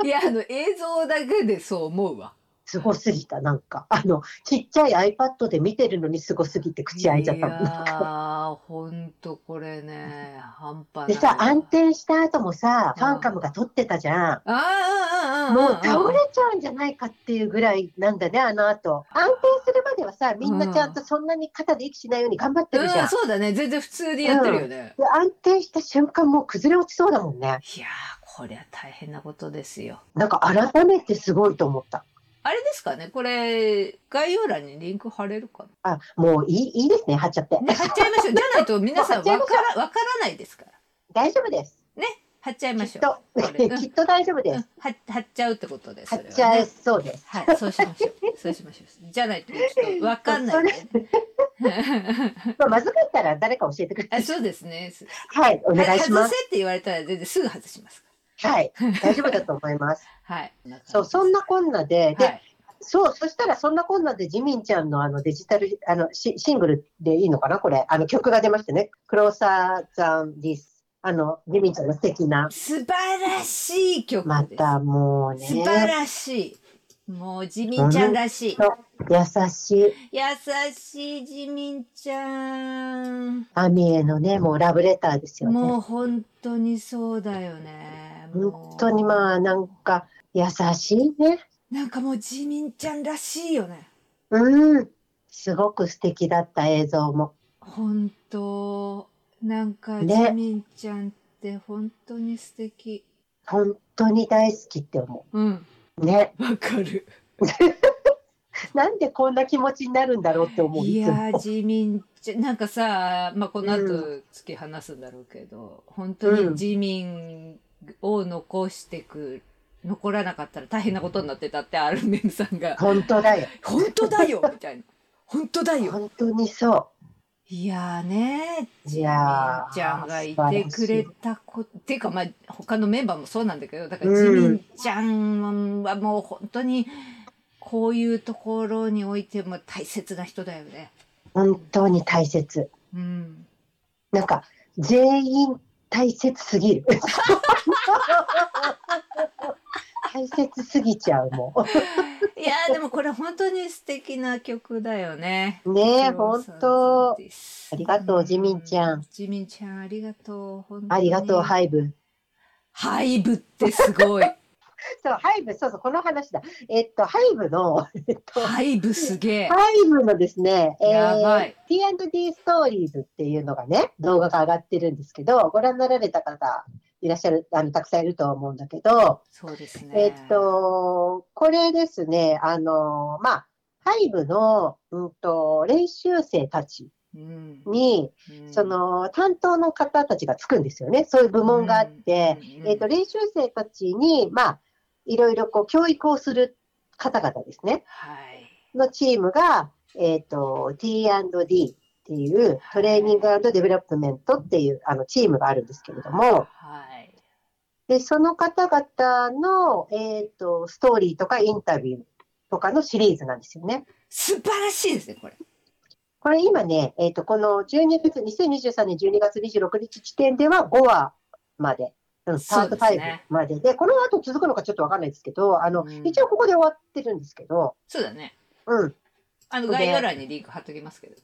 [SPEAKER 2] いやあの映像だけでそう思うわ。
[SPEAKER 1] すごすぎたなんかあのちっちゃい iPad で見てるのにすごすぎて口開いちゃった
[SPEAKER 2] い
[SPEAKER 1] の
[SPEAKER 2] や
[SPEAKER 1] なんか
[SPEAKER 2] ー本当これね半端ない。
[SPEAKER 1] でさ安定した後もさ
[SPEAKER 2] うん
[SPEAKER 1] ファンカムが撮ってたじゃん
[SPEAKER 2] あーうんうん
[SPEAKER 1] もう
[SPEAKER 2] うんうん。
[SPEAKER 1] 倒れちゃうんじゃないかっていうぐらいなんだね、あの後。安定するまではさ、みんなちゃんとそんなに肩で息しないように頑張ってるじ
[SPEAKER 2] う
[SPEAKER 1] ゃん。
[SPEAKER 2] んそうだね全然普通にやってるよね。
[SPEAKER 1] で安定した瞬間もう崩れ落ちそうだもんね。
[SPEAKER 2] いやーこりゃ大変なことですよ。
[SPEAKER 1] なんか改めてすごいと思った。
[SPEAKER 2] あれですかねこれ概要欄にリンク貼れるかな。
[SPEAKER 1] あ、もういいいいですね、貼っちゃって。
[SPEAKER 2] ね貼っちゃいましょう。じゃないと皆さんわから
[SPEAKER 1] もう
[SPEAKER 2] わ
[SPEAKER 1] 貼っちゃいま
[SPEAKER 2] からないですから。
[SPEAKER 1] 大丈夫です。
[SPEAKER 2] 貼っちゃい
[SPEAKER 1] き
[SPEAKER 2] ま
[SPEAKER 1] っ
[SPEAKER 2] しょ
[SPEAKER 1] と
[SPEAKER 2] う。これう、ん
[SPEAKER 1] きっと 大丈夫
[SPEAKER 2] う
[SPEAKER 1] で
[SPEAKER 2] ん
[SPEAKER 1] す。
[SPEAKER 2] 貼っ貼っちゃうってことです。
[SPEAKER 1] 貼っちゃ
[SPEAKER 2] う
[SPEAKER 1] え。そうです。
[SPEAKER 2] はい、そうしましょ う。そうしましょう。じゃないとちょっとわかんないんでね。
[SPEAKER 1] まあ、まずかったら誰か教えてくだ
[SPEAKER 2] あ、
[SPEAKER 1] さい。
[SPEAKER 2] そうですね。す
[SPEAKER 1] はい、お願いしま
[SPEAKER 2] 外
[SPEAKER 1] す。
[SPEAKER 2] せって言われたら全然すぐ外しますか
[SPEAKER 1] はい、大丈夫だと思い ます。
[SPEAKER 2] ら。はい。
[SPEAKER 1] そう、そんなこんなで、で、
[SPEAKER 2] はい
[SPEAKER 1] そう、そしたらそんなこんなでジミンちゃんのあのデジタルあのシシングルでいいのかなこれ、あの曲が出ましたね。Closer than this。あの、ジミンちゃんの素敵な。
[SPEAKER 2] 素晴らしい曲
[SPEAKER 1] ま
[SPEAKER 2] です。
[SPEAKER 1] たもうね、
[SPEAKER 2] 素晴らしい。もうジミンちゃんらしい。
[SPEAKER 1] 優しい
[SPEAKER 2] 優しいジミンちゃん。
[SPEAKER 1] アミへのね、もうラブレターですよね。
[SPEAKER 2] もう本当にそうだよね。もう
[SPEAKER 1] 本当にまあなんか優しいね。
[SPEAKER 2] なんかもうジミンちゃんらしいよね。
[SPEAKER 1] うん。すごく素敵だった映像も。
[SPEAKER 2] 本当なんかジ
[SPEAKER 1] ね
[SPEAKER 2] ミンちゃんって本当に素敵。
[SPEAKER 1] 本当に大好きって思
[SPEAKER 2] うん、
[SPEAKER 1] う。ね。
[SPEAKER 2] わかる。
[SPEAKER 1] なんでこんな気持ちになるんだろうって思う。
[SPEAKER 2] い
[SPEAKER 1] いつも
[SPEAKER 2] やージミンちゃんなんかさ、まあこの
[SPEAKER 1] う
[SPEAKER 2] 後突き放すんだろうけど、本当にジミンを残してく。残らなかったら大変なことになってたってアルメンさんが
[SPEAKER 1] 本当だよ。
[SPEAKER 2] 「本当だよ!」みたいな「本当だよ
[SPEAKER 1] 本当にそう。」
[SPEAKER 2] いやーね
[SPEAKER 1] い
[SPEAKER 2] み
[SPEAKER 1] や
[SPEAKER 2] ー
[SPEAKER 1] ー
[SPEAKER 2] ちゃんがいてくれたことっていうかまあ他のメンバーもそうなんだけどだからジミンちゃんはもう本当にこういうところにおいても大切な人だよね。
[SPEAKER 1] 本当に大切。
[SPEAKER 2] うん、
[SPEAKER 1] なんか、全員大切すぎ る。大切すぎちゃうも
[SPEAKER 2] いやーでもこれ本当に素敵な曲だよね。
[SPEAKER 1] ん。ねえ、本当。
[SPEAKER 2] あ
[SPEAKER 1] ありがとうジミンちゃん。
[SPEAKER 2] ジミンちゃんありがとう。本当に
[SPEAKER 1] ありがとう、ハイブ。
[SPEAKER 2] ハイブってすごい。
[SPEAKER 1] そう、ハイブ、そうそう、この話だ。えっと、ハイブの、えっと、ハ
[SPEAKER 2] ハイブすげえ。
[SPEAKER 1] イブのですね、え
[SPEAKER 2] やばい
[SPEAKER 1] ー、T&D ストーリーズっていうのがね、動画が上がってるんですけど、ご覧になられた方、いらっしゃる、あの、たくさんいると思うんだけど、
[SPEAKER 2] そうですね。
[SPEAKER 1] えっ、と、これですね、あの、まあ、ハイブの、うんと、練習生たち
[SPEAKER 2] うん、
[SPEAKER 1] に、
[SPEAKER 2] うん
[SPEAKER 1] そ、の、担当の方たちがつくんですよね。そういう部門があって、
[SPEAKER 2] うん、
[SPEAKER 1] えっ、と、練習生たちに、まあ、いろいろこう、教育をする方々ですね、
[SPEAKER 2] はい。
[SPEAKER 1] のチームが、えっ、と、T&D っていう、トレーニングデベロップメントっていう、あの、チームがあるんですけれども、
[SPEAKER 2] はい。
[SPEAKER 1] で、その方々の、えっ、と、ストーリーとかインタビューとかのシリーズなんですよね。
[SPEAKER 2] 素晴らしいですね、これ。
[SPEAKER 1] これ今ね、えっ、と、この12月、2023年12月26日時点では5話まで、うん、パ
[SPEAKER 2] そ
[SPEAKER 1] ー
[SPEAKER 2] うで
[SPEAKER 1] ト
[SPEAKER 2] すね
[SPEAKER 1] 5までで、この後続くのかちょっとわかんないですけど、あの、
[SPEAKER 2] うん
[SPEAKER 1] 一応ここで終わってるんですけど、
[SPEAKER 2] そうだね。
[SPEAKER 1] うん、
[SPEAKER 2] あの
[SPEAKER 1] で
[SPEAKER 2] 概要欄にリンク貼っときますけど。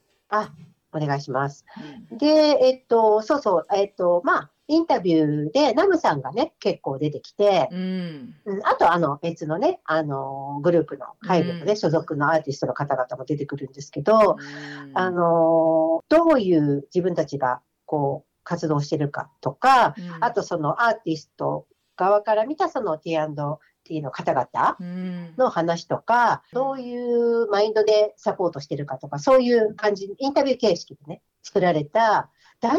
[SPEAKER 1] お願いします。
[SPEAKER 2] うん
[SPEAKER 1] で、えっと、そうそう、えっと、まあ、インタビューでナムさんがね、結構出てきて、
[SPEAKER 2] うん。
[SPEAKER 1] うん、あと、あの、別のね、あのグループの、会部のね、
[SPEAKER 2] うん
[SPEAKER 1] 所属のアーティストの方々も出てくるんですけど、
[SPEAKER 2] うん
[SPEAKER 1] あ、のどういう自分たちが、こう、活動してるかとか、
[SPEAKER 2] うん
[SPEAKER 1] あ、と、そのアーティスト側から見た、その T&T の方々
[SPEAKER 2] うん、
[SPEAKER 1] の話とか、どういうマインドでサポートしてるかとか、そういう感じ、インタビュー形式でね、作られた、大体、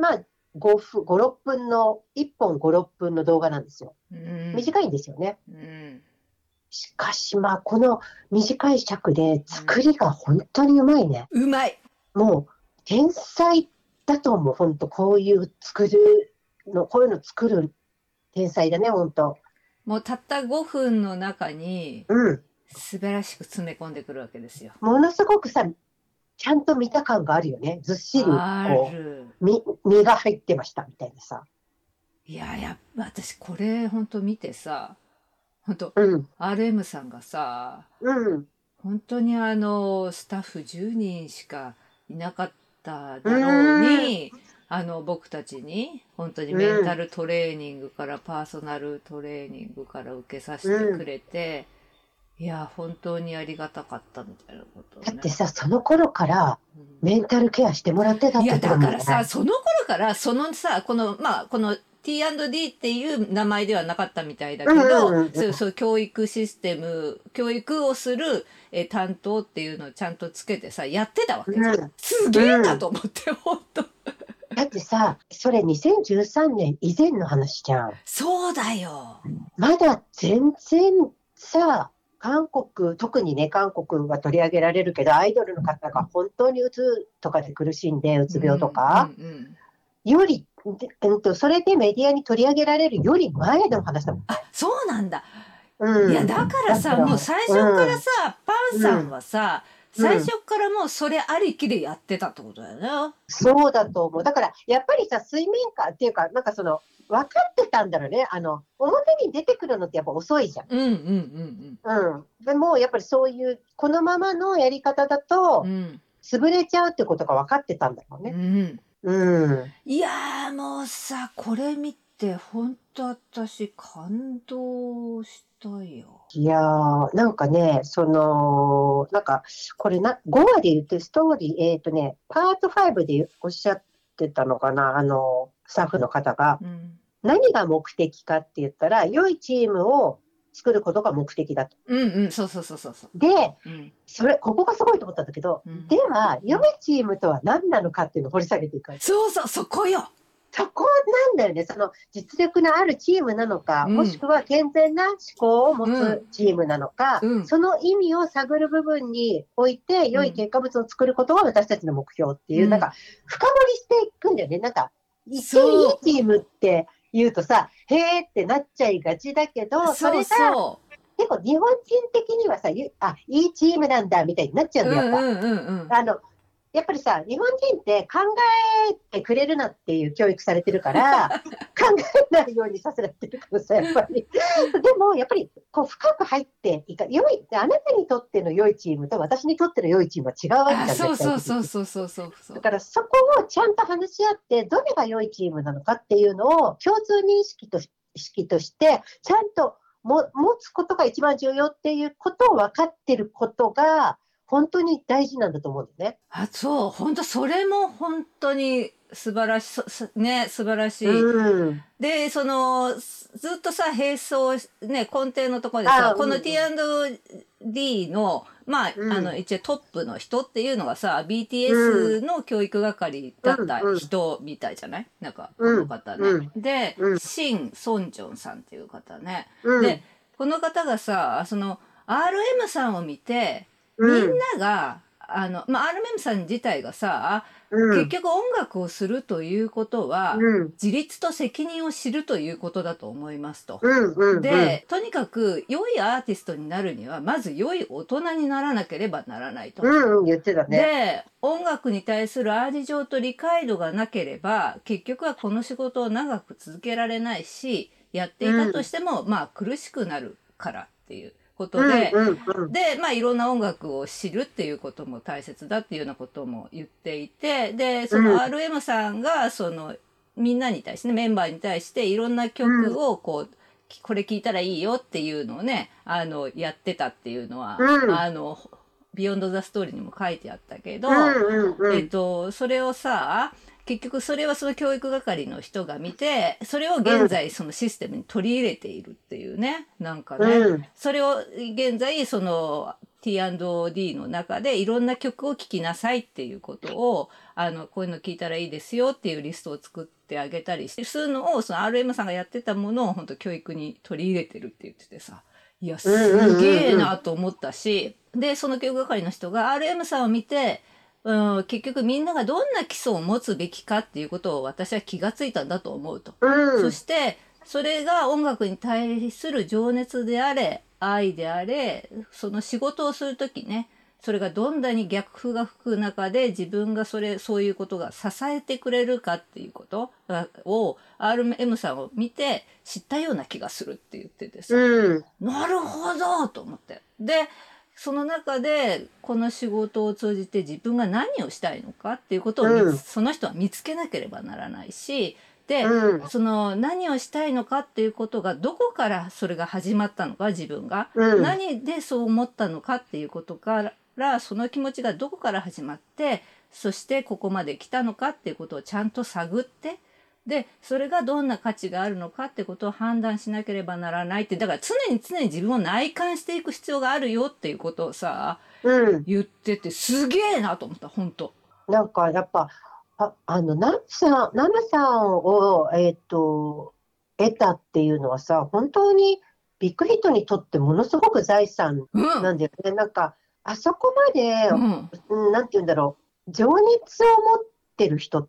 [SPEAKER 1] まあ、5分、5、6分の、1本5、6分の動画なんですよ。
[SPEAKER 2] うん、
[SPEAKER 1] 短いんですよね。
[SPEAKER 2] うん。
[SPEAKER 1] しかし、まあ、この短い尺で作りが本当にうまいね。
[SPEAKER 2] うまい。
[SPEAKER 1] もう、天才だと思う。本当こういう作るの、こういうの作る天才だね、本当
[SPEAKER 2] もうたった5分の中に
[SPEAKER 1] うん。
[SPEAKER 2] 素晴らしく詰め込んでくるわけですよ。
[SPEAKER 1] ものすごくさ、ちゃんと見た感があるよね。ずっしり、
[SPEAKER 2] あ
[SPEAKER 1] こう。
[SPEAKER 2] る。
[SPEAKER 1] み身が入ってましたみたいなさ。
[SPEAKER 2] いややっぱ私これ本当見てさ本当
[SPEAKER 1] うん。
[SPEAKER 2] RM さんがさ
[SPEAKER 1] うん。
[SPEAKER 2] 本当にあのスタッフ10人しかいなかっただろうにあの僕たちに本当にメンタルトレーニングからパーソナルトレーニングから受けさせてくれて、いや本当にありがたかったみたいなことを
[SPEAKER 1] だ
[SPEAKER 2] ね
[SPEAKER 1] ってさ、その頃から
[SPEAKER 2] うん
[SPEAKER 1] メンタルケアしてもらってたっ
[SPEAKER 2] い
[SPEAKER 1] て
[SPEAKER 2] や
[SPEAKER 1] こと
[SPEAKER 2] だ
[SPEAKER 1] も
[SPEAKER 2] からさその頃からそのさこのまあこの T&D っていう名前ではなかったみたいだけ
[SPEAKER 1] うんうんうんう
[SPEAKER 2] ど
[SPEAKER 1] ん
[SPEAKER 2] そうそう教育システム教育をするえー担当っていうのをちゃんとつけてさやってたわけじゃん
[SPEAKER 1] うん
[SPEAKER 2] すげえなと思って本当
[SPEAKER 1] だってさ、それ2013年以前の話じゃん。
[SPEAKER 2] そうだよ
[SPEAKER 1] まだ全然さ、韓国、特にね、韓国が取り上げられるけど、アイドルの方が本当にうつとかで苦しんで、うつ病とか、
[SPEAKER 2] うんうんうん
[SPEAKER 1] より、でうんと、それでメディアに取り上げられるより前の話だもん。
[SPEAKER 2] あそうなんだ
[SPEAKER 1] うん、
[SPEAKER 2] いやだからさ
[SPEAKER 1] だから
[SPEAKER 2] もう最初からさ、パンさんはさ、
[SPEAKER 1] うん
[SPEAKER 2] 最初からもうそれありきでやってたってことだよね。
[SPEAKER 1] そうだと思う。だから、やっぱりさ、水面下っていうか、なんかその、分かってたんだろうね。あの、表に出てくるのってやっぱ遅いじゃん。
[SPEAKER 2] うんうんうん
[SPEAKER 1] うん。でも、やっぱりそういう、このままのやり方だ
[SPEAKER 2] う
[SPEAKER 1] と
[SPEAKER 2] んう、ん
[SPEAKER 1] 潰れちゃうってことが分かってたんだろう
[SPEAKER 2] う
[SPEAKER 1] ね。
[SPEAKER 2] ん
[SPEAKER 1] うん。
[SPEAKER 2] いやーもうさこれ見て本当私感動したよ。
[SPEAKER 1] いやー、なんかね、その、なんか、これな、5話で言って、ストーリー、えっ、とね、パート5でおっしゃってたのかな、あの、スタッフの方が、
[SPEAKER 2] うん、
[SPEAKER 1] 何が目的かって言ったら、良いチームを作ることが目的だと。
[SPEAKER 2] うんうんそうそうそうそうそう。
[SPEAKER 1] で、
[SPEAKER 2] うん
[SPEAKER 1] それ、ここがすごいと思ったんだけど、
[SPEAKER 2] うん
[SPEAKER 1] では、良いチームとは何なのかっていうのを掘り下げていく。
[SPEAKER 2] そうそうそこよ。
[SPEAKER 1] そこなんだよね、その実力のあるチームなのか、
[SPEAKER 2] うん
[SPEAKER 1] もしくは健全な思考を持つチームなのか、
[SPEAKER 2] うん
[SPEAKER 1] その意味を探る部分において、良い結果物を作ることが私たちの目標っていう、
[SPEAKER 2] うん
[SPEAKER 1] なんか、深掘りしていくんだよね、なんか、一見
[SPEAKER 2] そう
[SPEAKER 1] いいチームって言うとさ、へーってなっちゃいがちだけど、そ
[SPEAKER 2] そ
[SPEAKER 1] れが
[SPEAKER 2] うそ
[SPEAKER 1] 結構日本人的にはさ、ゆあいいチームなんだみたいになっちゃ
[SPEAKER 2] う。
[SPEAKER 1] う
[SPEAKER 2] うんん
[SPEAKER 1] だよ、やっぱ。
[SPEAKER 2] うんうんうん。
[SPEAKER 1] あのやっぱりさ日本人って考えてくれるなっていう教育されてるから 考えないようにさせられてるからさやっぱりでもやっぱりこう深く入っていか良いあなたにとっての良いチームと私にとっての良いチームは違うわけじゃん
[SPEAKER 2] あそうそうそう
[SPEAKER 1] 絶対的に
[SPEAKER 2] そうそうそうそう
[SPEAKER 1] だ。からそこをちゃんと話し合ってどれが良いチームなのかっていうのを共通認識とし意識としてちゃんとも持つことが一番重要っていうことを分かってることが本当に大事なんだと思うんだよね。
[SPEAKER 2] あ、そう、本当それも本当に素晴らしそ、すね、素晴らしい。
[SPEAKER 1] うん、
[SPEAKER 2] で、その、すずっとさ、並走し、ね、根底のところでさ
[SPEAKER 1] あ、
[SPEAKER 2] こ
[SPEAKER 1] う
[SPEAKER 2] の
[SPEAKER 1] ん
[SPEAKER 2] T&D の、まあ、
[SPEAKER 1] うん
[SPEAKER 2] あの、一応トップの人っていうのがさ、BTS の教育係だった人みたいじゃないなんか、こ
[SPEAKER 1] うん
[SPEAKER 2] の方ね。で
[SPEAKER 1] う、ん
[SPEAKER 2] シン・ソンジョンさんっていう方ね。
[SPEAKER 1] うん、
[SPEAKER 2] でこの方がさ、その、RM さんを見て、み
[SPEAKER 1] うん
[SPEAKER 2] んなが、あの、まあ、RM さん自体がさ、
[SPEAKER 1] うん、
[SPEAKER 2] 結局音楽をするということは、
[SPEAKER 1] うん、
[SPEAKER 2] 自立と責任を知るということだと思いますと。
[SPEAKER 1] うん、うん、
[SPEAKER 2] で、とにかく良いアーティストになるには、まず良い大人にならなければならないと。
[SPEAKER 1] うん、うん、言ってたね。
[SPEAKER 2] で、音楽に対するアーティ情と理解度がなければ、結局はこの仕事を長く続けられないし、やっていたとしても、まあ苦しくなるからっていうことで、
[SPEAKER 1] うん、うん、
[SPEAKER 2] で、まあ、いろんな音楽を知るっていうことも大切だっていうようなことも言っていて、で、そ
[SPEAKER 1] うん
[SPEAKER 2] の RM さんが、その、みんなに対してね、メンバーに対して、いろんな曲を、こう、きこれ聴いたらいいよっていうのをね、あの、やってたっていうのは、
[SPEAKER 1] うん
[SPEAKER 2] あの、ビヨンド・ザ・ストーリーにも書いてあったけど、
[SPEAKER 1] うん、うん、う
[SPEAKER 2] えっ
[SPEAKER 1] ん、
[SPEAKER 2] と、それをさ、結局それはその教育係の人が見て、それを現在そのシステムに取り入れているっていうね、なんかね。
[SPEAKER 1] うん、
[SPEAKER 2] それを現在その T&D の中でいろんな曲を聴きなさいっていうことをあのこういうの聴いたらいいですよっていうリストを作ってあげたりしてするのをその RM さんがやってたものを本当教育に取り入れてるって言っててさいやすげえなと思ったし、でその教育係の人が RM さんを見てうん、結局みんながどんな基礎を持つべきかっていうことを私は気がついたんだと思うと。
[SPEAKER 1] うん、
[SPEAKER 2] そしてそれが音楽に対する情熱であれ愛であれその仕事をする時ねそれがどんなに逆風が吹く中で自分がそれそういうことが支えてくれるかっていうことを RM さんを見て知ったような気がするって言っててさ、
[SPEAKER 1] うん、
[SPEAKER 2] なるほどと思って。でその中でこの仕事を通じて自分が何をしたいのかっていうことを見つ、
[SPEAKER 1] うん
[SPEAKER 2] その人は見つけなければならないしで、
[SPEAKER 1] うん、
[SPEAKER 2] その何をしたいのかっていうことがどこからそれが始まったのか自分が、
[SPEAKER 1] うん、
[SPEAKER 2] 何でそう思ったのかっていうことからその気持ちがどこから始まってそしてここまで来たのかっていうことをちゃんと探ってでそれがどんな価値があるのかってことを判断しなければならないってだから常に常に自分を内観していく必要があるよっていうことをさ
[SPEAKER 1] うん、
[SPEAKER 2] 言っててすげえなと思った本当
[SPEAKER 1] なんかやっぱ、ああの、ナムさん、ナムさんを、えっと、得たっていうのはさ、本当にビッグヒットにとってものすごく財産
[SPEAKER 2] うん、
[SPEAKER 1] なんだよね。なんか、あそこまで、
[SPEAKER 2] うん、
[SPEAKER 1] うんなんて言うんだろう、情熱を持ってる人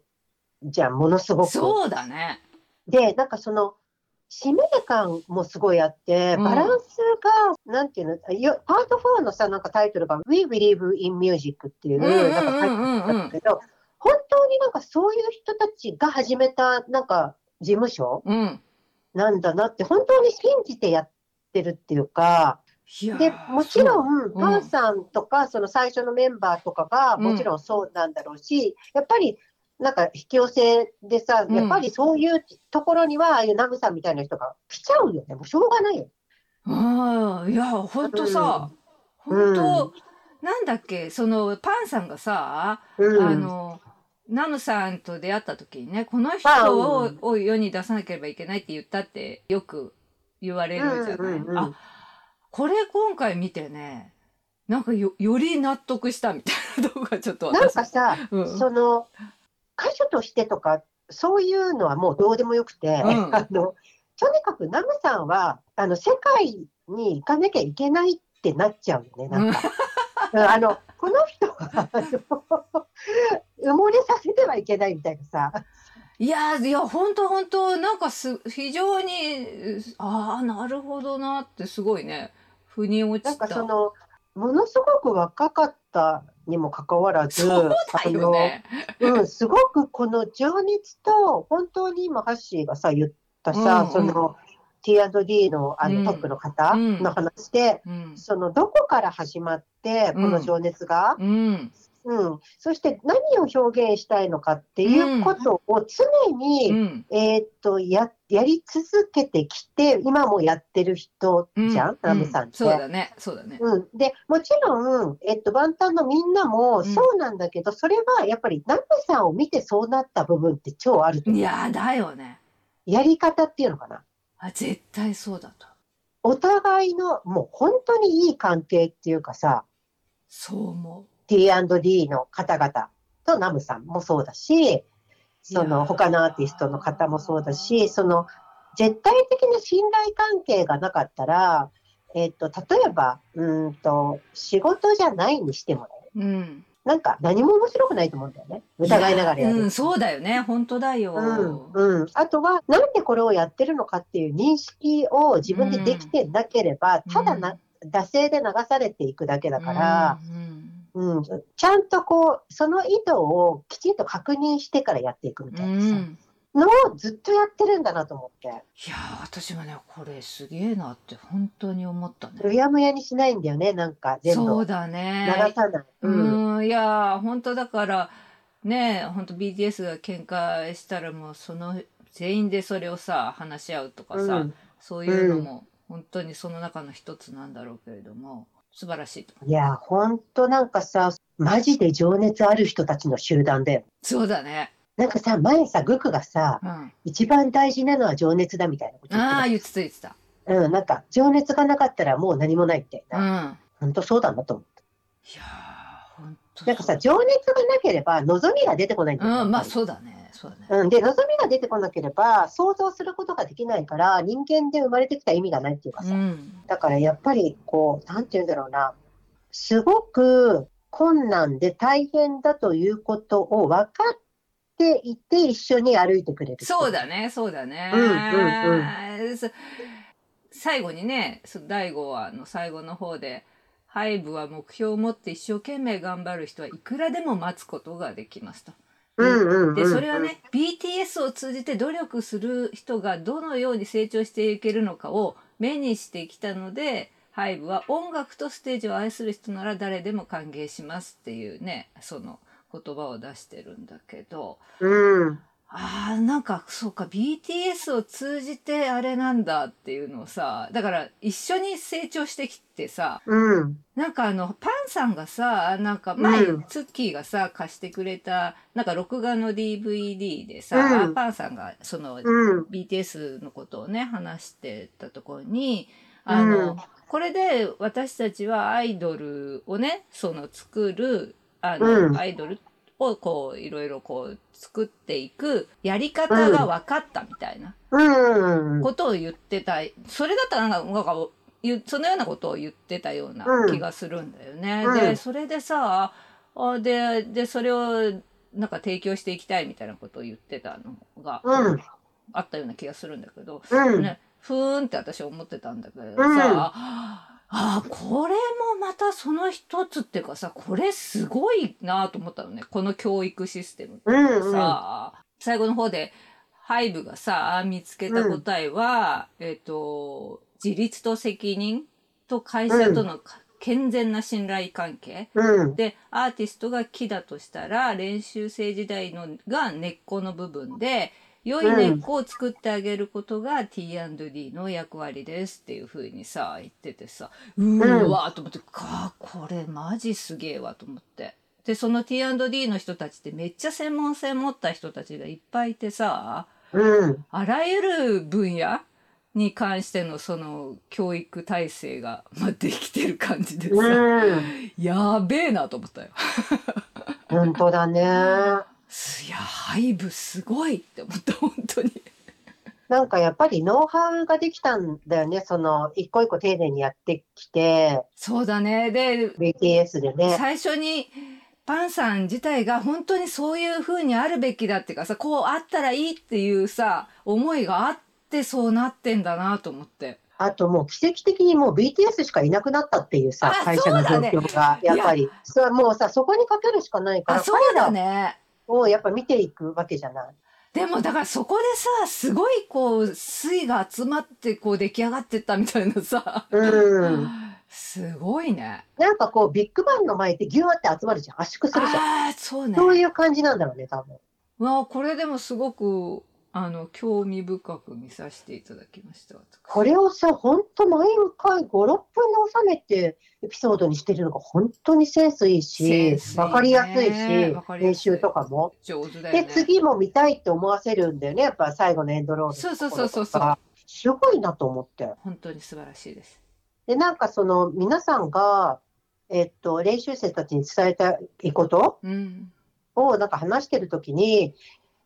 [SPEAKER 1] じゃん、ものすごく。
[SPEAKER 2] そうだね
[SPEAKER 1] で、なんかその、使命感もすごいあって、
[SPEAKER 2] うん
[SPEAKER 1] バランスが、なんていうの、よパート4のさ、なんかタイトルが、We Believe in Music っていう、
[SPEAKER 2] うんうん
[SPEAKER 1] なんかタイトル
[SPEAKER 2] うんう
[SPEAKER 1] だった
[SPEAKER 2] ん
[SPEAKER 1] けど、本当になんかそういう人たちが始めた、なんか事務所
[SPEAKER 2] うん
[SPEAKER 1] なんだなって、本当に信じてやってるっていうか、
[SPEAKER 2] いやー
[SPEAKER 1] で、もちろ、
[SPEAKER 2] そうん
[SPEAKER 1] パンさんとか、その最初のメンバーとかが、もちろんそうなんだろうし、やっぱり、なんか引き寄せでさ、
[SPEAKER 2] うん
[SPEAKER 1] やっぱりそういうところには、ああいうナムさんみたいな人が来ちゃうよね。もうしょうがないよ。
[SPEAKER 2] うんいや本当さ、
[SPEAKER 1] うん
[SPEAKER 2] 本当、なんだっけそのパンさんがさ、
[SPEAKER 1] うん。
[SPEAKER 2] あのナムさんと出会った時にねこの人
[SPEAKER 1] あ
[SPEAKER 2] を,、
[SPEAKER 1] うん
[SPEAKER 2] を世に出さなければいけないって言ったってよく言われるじゃない、
[SPEAKER 1] うんうんうん
[SPEAKER 2] あこれ今回見てねなんかよより納得したみたいなとこがちょっと
[SPEAKER 1] なん
[SPEAKER 2] 私
[SPEAKER 1] かさ、
[SPEAKER 2] うん
[SPEAKER 1] その、歌手としてとか、そういうのはもうどうでもよくて、
[SPEAKER 2] ん
[SPEAKER 1] あの、とにかくナムさんは、あの、世界に行かなきゃいけないってなっちゃうよね、なんか。うんあの、この人は、あの埋もれさせてはいけないみたいなさ、
[SPEAKER 2] いやーいや本当本当なんかす非常にああなるほどなってすごいね腑に落
[SPEAKER 1] なん
[SPEAKER 2] ち
[SPEAKER 1] か
[SPEAKER 2] た。
[SPEAKER 1] その、ものすごく若かったにもかかわらず、
[SPEAKER 2] そうだよ
[SPEAKER 1] あの
[SPEAKER 2] ね。
[SPEAKER 1] うん、すごくこの情熱と、本当に今、ハッシーがさ、言ったさ、
[SPEAKER 2] うんうん
[SPEAKER 1] その T&D のあ
[SPEAKER 2] うん
[SPEAKER 1] のトップの方の話で、
[SPEAKER 2] うん。
[SPEAKER 1] そのどこから始まって、この情熱が、
[SPEAKER 2] うん。
[SPEAKER 1] うん、そして何を表現したいのかっていうことを常に、
[SPEAKER 2] うん
[SPEAKER 1] えーっとややり続けてきて今もやってる人
[SPEAKER 2] うん
[SPEAKER 1] じゃん、ラムさん
[SPEAKER 2] う
[SPEAKER 1] って。
[SPEAKER 2] そうだねそうだね
[SPEAKER 1] うん、でもちろん、えっと、万端のみんなもそうなんだけど、それはやっぱりナムさんを見てそうなった部分って超あると思
[SPEAKER 2] いうやーだよね
[SPEAKER 1] やり方っていうのかな
[SPEAKER 2] あ絶対そうだと
[SPEAKER 1] お互いのもう本当にいい関係っていうかさ
[SPEAKER 2] そう思
[SPEAKER 1] T&D の方々とナムさんもそうだしそ
[SPEAKER 2] いやー
[SPEAKER 1] の他のアーティストの方もそうだしその絶対的な信頼関係がなかったら、えっと、例えばうーんと仕事じゃないにしてもね
[SPEAKER 2] ううん
[SPEAKER 1] なんか何も面白くないと思うんだよね。疑いながらやる。
[SPEAKER 2] うんそうだよね本当だよ、
[SPEAKER 1] うんうん、あとはなんでこれをやってるのかっていう認識を自分でできてなければ、ただな惰性で流されていくだけだから、
[SPEAKER 2] うんうん
[SPEAKER 1] うんちゃんとこうその意図をきちんと確認してからやっていくみた
[SPEAKER 2] う
[SPEAKER 1] いなさ、
[SPEAKER 2] ん
[SPEAKER 1] のをずっとやってるんだなと思って
[SPEAKER 2] いやー私もねこれすげえなって本当に思った
[SPEAKER 1] う
[SPEAKER 2] ね。
[SPEAKER 1] やむやにしないんだよねなんか全
[SPEAKER 2] そう
[SPEAKER 1] 部
[SPEAKER 2] だ
[SPEAKER 1] 流
[SPEAKER 2] ね。
[SPEAKER 1] さない。
[SPEAKER 2] う
[SPEAKER 1] うん
[SPEAKER 2] んいやー本当だからね本当 BTS が喧嘩したらもうその全員でそれをさ話し合うとかさ、
[SPEAKER 1] うん
[SPEAKER 2] そういうのも本当にその中の一つなんだろうけれども素晴らしいと。
[SPEAKER 1] いや本当なんかさマジで情熱ある人たちの集団だよね
[SPEAKER 2] そうだね。
[SPEAKER 1] なんかさ、前さ、グクがさ、
[SPEAKER 2] うん、
[SPEAKER 1] 一番大事なのは情熱だみたいなこと言
[SPEAKER 2] ああ
[SPEAKER 1] って
[SPEAKER 2] 言ってた言ってた。
[SPEAKER 1] た。うん、なんか、情熱がなかったらもう何もないみたい
[SPEAKER 2] うん。い
[SPEAKER 1] な。
[SPEAKER 2] や
[SPEAKER 1] 本当そうだなと思って。
[SPEAKER 2] ー本当
[SPEAKER 1] なんかさ、情熱がなければ、望みが出てこないんだよね
[SPEAKER 2] うんまあそうだねそうだね。
[SPEAKER 1] うん、で、望みが出てこなければ、想像することができないから、人間で生まれてきた意味がないっていうか
[SPEAKER 2] う
[SPEAKER 1] さ。
[SPEAKER 2] ん
[SPEAKER 1] だからやっぱり、こう、なんて言うんだろうな。すごく困難で大変だということを分かっていて、一緒に歩いてくれる。
[SPEAKER 2] そうだね、そうだね。
[SPEAKER 1] うん
[SPEAKER 2] そ最後にね、そ第5話の最後の方で、ハイブは目標を持って一生懸命頑張る人はいくらでも待つことができますと。
[SPEAKER 1] うんうんうんうん
[SPEAKER 2] で、それはね、BTS を通じて努力する人がどのように成長していけるのかを目にしてきたので、ハイブは音楽とステージを愛する人なら誰でも歓迎しますっていうね、その言葉を出してるんだけど、
[SPEAKER 1] うん。
[SPEAKER 2] あーなんかそうか BTS を通じてあれなんだっていうのをさだから一緒に成長してきてさ
[SPEAKER 1] うん。
[SPEAKER 2] なんかあのパンさんがさなんか前、
[SPEAKER 1] うん
[SPEAKER 2] ツッキーがさ貸してくれたなんか録画の DVD でさ、
[SPEAKER 1] うん
[SPEAKER 2] パンさんがその
[SPEAKER 1] うん。
[SPEAKER 2] BTS のことをね話してたところにあの、
[SPEAKER 1] うん
[SPEAKER 2] これで私たちはアイドルをねその作るあの、
[SPEAKER 1] うん
[SPEAKER 2] アイドルをこういろいろこう作っていくやり方が分かったみたいな
[SPEAKER 1] うん。
[SPEAKER 2] ことを言ってた、それだったらなんかなんかゆそのようなことを言ってたような
[SPEAKER 1] うん
[SPEAKER 2] 気がするんだよね。
[SPEAKER 1] うん
[SPEAKER 2] でそれでさあででそれをなんか提供していきたいみたいなことを言ってたのが、
[SPEAKER 1] うん
[SPEAKER 2] あったような気がするんだけど、
[SPEAKER 1] うん。
[SPEAKER 2] ね、ふーんって私思ってたんだけどさ、
[SPEAKER 1] うん
[SPEAKER 2] ああこれもまたその一つっていうかさこれすごいなと思ったのねこの教育システム
[SPEAKER 1] うん。うん。うん。
[SPEAKER 2] さ、最後の方でハイブがさ見つけた答えは、えっ、と自立と責任と会社との健全な信頼関係、
[SPEAKER 1] うん。
[SPEAKER 2] でアーティストが木だとしたら練習生時代のが根っこの部分で良い根っこを作ってあげることが T&D の役割ですっていう風にさ言っててさうーわーと思ってかあこれマジすげえわと思ってでその T&D の人たちってめっちゃ専門性持った人たちがいっぱいいてさ
[SPEAKER 1] うん。
[SPEAKER 2] あらゆる分野に関してのその教育体制が、まあ、できてる感じでさ、
[SPEAKER 1] うん。
[SPEAKER 2] やべえなと思ったよ。
[SPEAKER 1] 本当だね。
[SPEAKER 2] いやハイブすごいって思った本当に
[SPEAKER 1] なんかやっぱりノウハウができたんだよね。その、一個一個丁寧にやってきて、
[SPEAKER 2] そうだねで
[SPEAKER 1] BTS でね。
[SPEAKER 2] 最初にパンさん自体が本当にそういう風にあるべきだっていうかさこうあったらいいっていうさ思いがあってそうなってんだなと思って
[SPEAKER 1] あともう奇跡的にもう BTS しかいなくなったっていうさ、
[SPEAKER 2] あ
[SPEAKER 1] 会社の
[SPEAKER 2] そ
[SPEAKER 1] 状
[SPEAKER 2] うだね
[SPEAKER 1] 況が、やっぱり。それはもうさ、そこにかけるしかないか
[SPEAKER 2] あ
[SPEAKER 1] ら、
[SPEAKER 2] そう
[SPEAKER 1] 彼
[SPEAKER 2] だ
[SPEAKER 1] ら
[SPEAKER 2] ね
[SPEAKER 1] をやっぱ見ていくわけじゃない。
[SPEAKER 2] でもだからそこでさすごいこう水が集まってこう出来上がってったみたいなさ
[SPEAKER 1] うん。
[SPEAKER 2] すごいね。
[SPEAKER 1] なんかこう、ビッグバンの前ってギューって集まるじゃん。圧縮するじゃん。
[SPEAKER 2] ああ、そうね。
[SPEAKER 1] そういう感じなんだろうね、多分。
[SPEAKER 2] わあ、これでもすごく、あの、興味深く見させていただきました。
[SPEAKER 1] これをさ、ほんと毎回5、6分で収めてエピソードにしてるのが本当にセンスいいし
[SPEAKER 2] センスいい、ね
[SPEAKER 1] わかりやすいし
[SPEAKER 2] わか、りや
[SPEAKER 1] 練
[SPEAKER 2] すい
[SPEAKER 1] 習とかも。
[SPEAKER 2] 上手だよ
[SPEAKER 1] で、
[SPEAKER 2] ね。
[SPEAKER 1] 次も見たいって思わせるんだよね、やっぱ最後のエンドロールのとこ
[SPEAKER 2] そう
[SPEAKER 1] ろ
[SPEAKER 2] そうそうそう
[SPEAKER 1] とかすごいなと思って。
[SPEAKER 2] 本当に素晴らしいです。
[SPEAKER 1] で、なんかその皆さんが、えっと、練習生たちに伝えたいこと
[SPEAKER 2] うん。
[SPEAKER 1] をなんか話してるときに、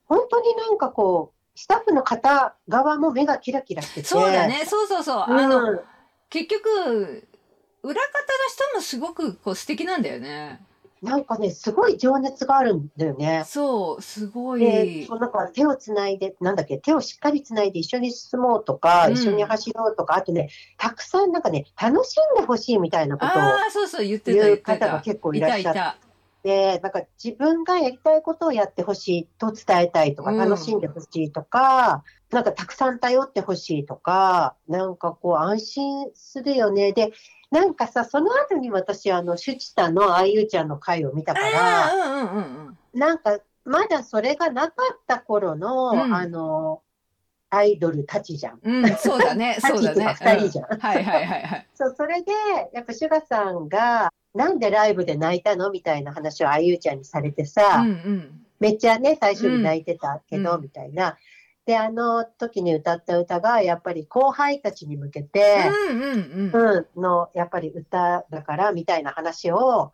[SPEAKER 1] 本当になんかこう、スタッフの方側も目がキラキラしてて。
[SPEAKER 2] そうだね。そうそうそう。
[SPEAKER 1] うん。
[SPEAKER 2] あの、結局、裏方の人もすごくこう素敵なんだよね。
[SPEAKER 1] なんかね、すごい情熱があるんだよね。
[SPEAKER 2] そう、すご
[SPEAKER 1] で、
[SPEAKER 2] い
[SPEAKER 1] そ。うなんか手をつないで、なんだっけ、手をしっかりつないで一緒に進もうとか、
[SPEAKER 2] うん
[SPEAKER 1] 一緒に走ろうとか、あとね、たくさんなんかね、楽しんでほしいみたいなこと
[SPEAKER 2] ああ、そうそう、言っ
[SPEAKER 1] を
[SPEAKER 2] てた、
[SPEAKER 1] 言
[SPEAKER 2] 言っ
[SPEAKER 1] う
[SPEAKER 2] て
[SPEAKER 1] 方が
[SPEAKER 2] た。
[SPEAKER 1] 結構い
[SPEAKER 2] い
[SPEAKER 1] ら
[SPEAKER 2] た
[SPEAKER 1] っ
[SPEAKER 2] い。
[SPEAKER 1] しゃったて、なんか自分がやりたいことをやってほしいと伝えたいとか、
[SPEAKER 2] うん
[SPEAKER 1] 楽しんでほしいとか、なんかたくさん頼ってほしいとか、なんかこう安心するよね。で、なんかさ、その後に私、あの、シュチタのあゆうちゃんの回を見たから、
[SPEAKER 2] ああ、うんうんうんうん。
[SPEAKER 1] なんか、まだそれがなかった頃の、
[SPEAKER 2] うん
[SPEAKER 1] あの、アイドルたちじゃん。
[SPEAKER 2] うん、そうだね、
[SPEAKER 1] さっ
[SPEAKER 2] そ
[SPEAKER 1] き
[SPEAKER 2] う
[SPEAKER 1] 言
[SPEAKER 2] だ
[SPEAKER 1] ってた
[SPEAKER 2] ね。
[SPEAKER 1] 二人じゃん
[SPEAKER 2] うはいはいはいはい。
[SPEAKER 1] そう、それで、やっぱシュガさんが、なんでライブで泣いたのみたいな話をあゆうちゃんにされてさ、
[SPEAKER 2] うんうん。
[SPEAKER 1] めっちゃね、最初に泣いてたけど、
[SPEAKER 2] うん
[SPEAKER 1] みたいな。で、あの時に歌った歌が、やっぱり後輩たちに向けて、
[SPEAKER 2] うんうんうん。
[SPEAKER 1] うん、の、やっぱり歌だから、みたいな話を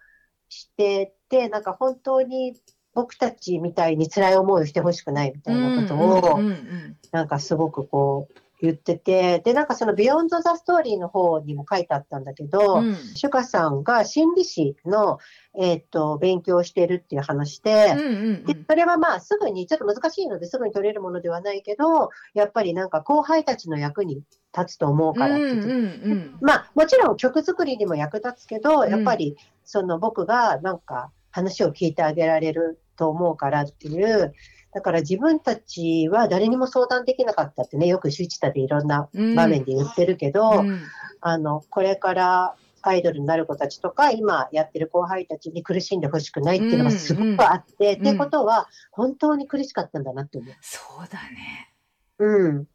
[SPEAKER 1] してて、なんか本当に僕たちみたいに辛い思いをしてほしくないみたいなことを、
[SPEAKER 2] うんうんうん
[SPEAKER 1] なんかすごくこう言ってて、で、なんかそのビヨンド・ザ・ストーリーの方にも書いてあったんだけど、
[SPEAKER 2] うんうん
[SPEAKER 1] シュカさんが心理師の、えーっと、勉強をしているっていう話で、
[SPEAKER 2] うんうん
[SPEAKER 1] で
[SPEAKER 2] うん
[SPEAKER 1] それはまあすぐに、ちょっと難しいのですぐに取れるものではないけど、やっぱりなんか後輩たちの役に立つと思うからって言ってて
[SPEAKER 2] うんうん
[SPEAKER 1] まあもちろん曲作りにも役立つけど、やっぱりその僕がなんか話を聞いてあげられると思うからっていう、だから自分たちは誰にも相談できなかったってね、よく周知たでいろんな
[SPEAKER 2] うん
[SPEAKER 1] 場面で言ってるけど、
[SPEAKER 2] うん
[SPEAKER 1] あの、これからアイドルになる子たちとか、今やってる後輩たちに苦しんでほしくないっていうのがすごくあって、
[SPEAKER 2] ん
[SPEAKER 1] ってことは本当に苦しかったんだなって思う。
[SPEAKER 2] そうだね。
[SPEAKER 1] うん。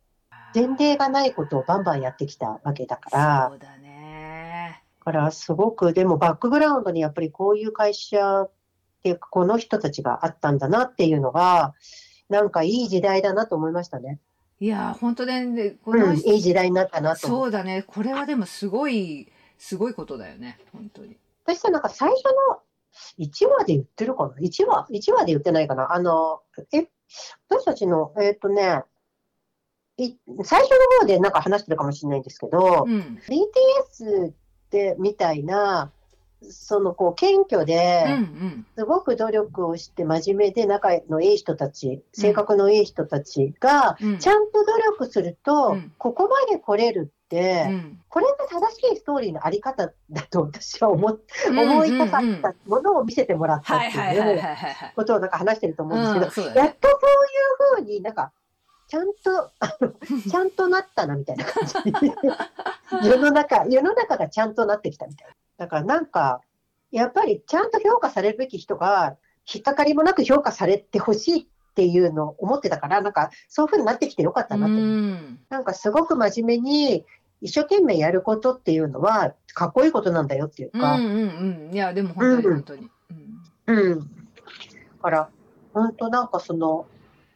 [SPEAKER 1] 前例がないことをバンバンやってきたわけだから。
[SPEAKER 2] そうだね。
[SPEAKER 1] だからすごくでもバックグラウンドにやっぱりこういう会社っていうかこの人たちがあったんだなっていうのがなんかいい時代だなと思いましたね。
[SPEAKER 2] いやー本当ねでこ
[SPEAKER 1] う
[SPEAKER 2] の
[SPEAKER 1] ん、いい時代になったなと思う。
[SPEAKER 2] そうだねこれはでもすごいすごいことだよね本当に。
[SPEAKER 1] 私さなんか最初の1話で言ってるかな ?1 話 ?1 話で言ってないかなあの、え、私たちの、えーっ、とね、い最初の方でなんか話してるかもしれないんですけど、
[SPEAKER 2] うん。
[SPEAKER 1] BTS ってみたいな、そのこう謙虚で、
[SPEAKER 2] うんうん。
[SPEAKER 1] すごく努力をして真面目で仲のいい人たち、性格のいい人たちが、
[SPEAKER 2] うん
[SPEAKER 1] ちゃんと努力すると、
[SPEAKER 2] うん
[SPEAKER 1] ここまで来れるって、
[SPEAKER 2] うん
[SPEAKER 1] これが正しいストーリーのあり方だと私は思っ思いたか
[SPEAKER 2] うんうんうん
[SPEAKER 1] ったものを見せてもらったっ
[SPEAKER 2] はい
[SPEAKER 1] て
[SPEAKER 2] はいは
[SPEAKER 1] い
[SPEAKER 2] い
[SPEAKER 1] う
[SPEAKER 2] はいはいはい。
[SPEAKER 1] ことをなんか話してると思うんですけど、
[SPEAKER 2] うんそうだ
[SPEAKER 1] や
[SPEAKER 2] ね。
[SPEAKER 1] っとそういうふうになんか、ちゃんと、あ のちゃんとなったなみたいな感じ。 世の中、世の中がちゃんとなってきたみたいな。だからなんか、やっぱりちゃんと評価されるべき人が、引っかかりもなく評価されてほしいっていうのを思ってたから、なんかそういうふうになってきてよかった
[SPEAKER 2] う
[SPEAKER 1] なと。
[SPEAKER 2] ん。
[SPEAKER 1] なんかすごく真面目に、一生懸命やることっていうのは、かっこいいことなんだよっていう
[SPEAKER 2] うんう
[SPEAKER 1] か、
[SPEAKER 2] んうん。いやでも本当に本当に。うん
[SPEAKER 1] うん。だから、本当なんかその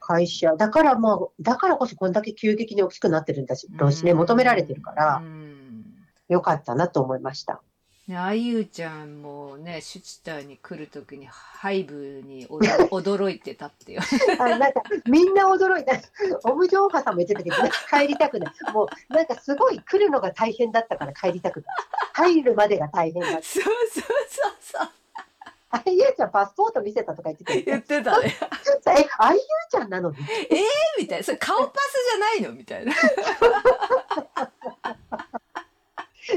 [SPEAKER 1] 会社、だからまあ、だからこそこんだけ急激に大きくなってるんだし、ろうしね、求められてるから
[SPEAKER 2] う、ん
[SPEAKER 1] よかったなと思いま した。
[SPEAKER 2] ねあゆうちゃんもね、シュチターに来るときにハイブにおど 驚いてたってよ。
[SPEAKER 1] あなんか、みんな驚いた。オムジョンハさんも言ってたけど、帰りたくない。もう、なんかすごい来るのが大変だったから帰りたくない。入るまでが大変だった。
[SPEAKER 2] そうそうそうそう。
[SPEAKER 1] あゆうちゃんパスポート見せたとか言ってたよ
[SPEAKER 2] 言 っ
[SPEAKER 1] ね。
[SPEAKER 2] てたね。
[SPEAKER 1] え、あゆうちゃんなのに
[SPEAKER 2] みたいな。それ顔パスじゃないのみたいな。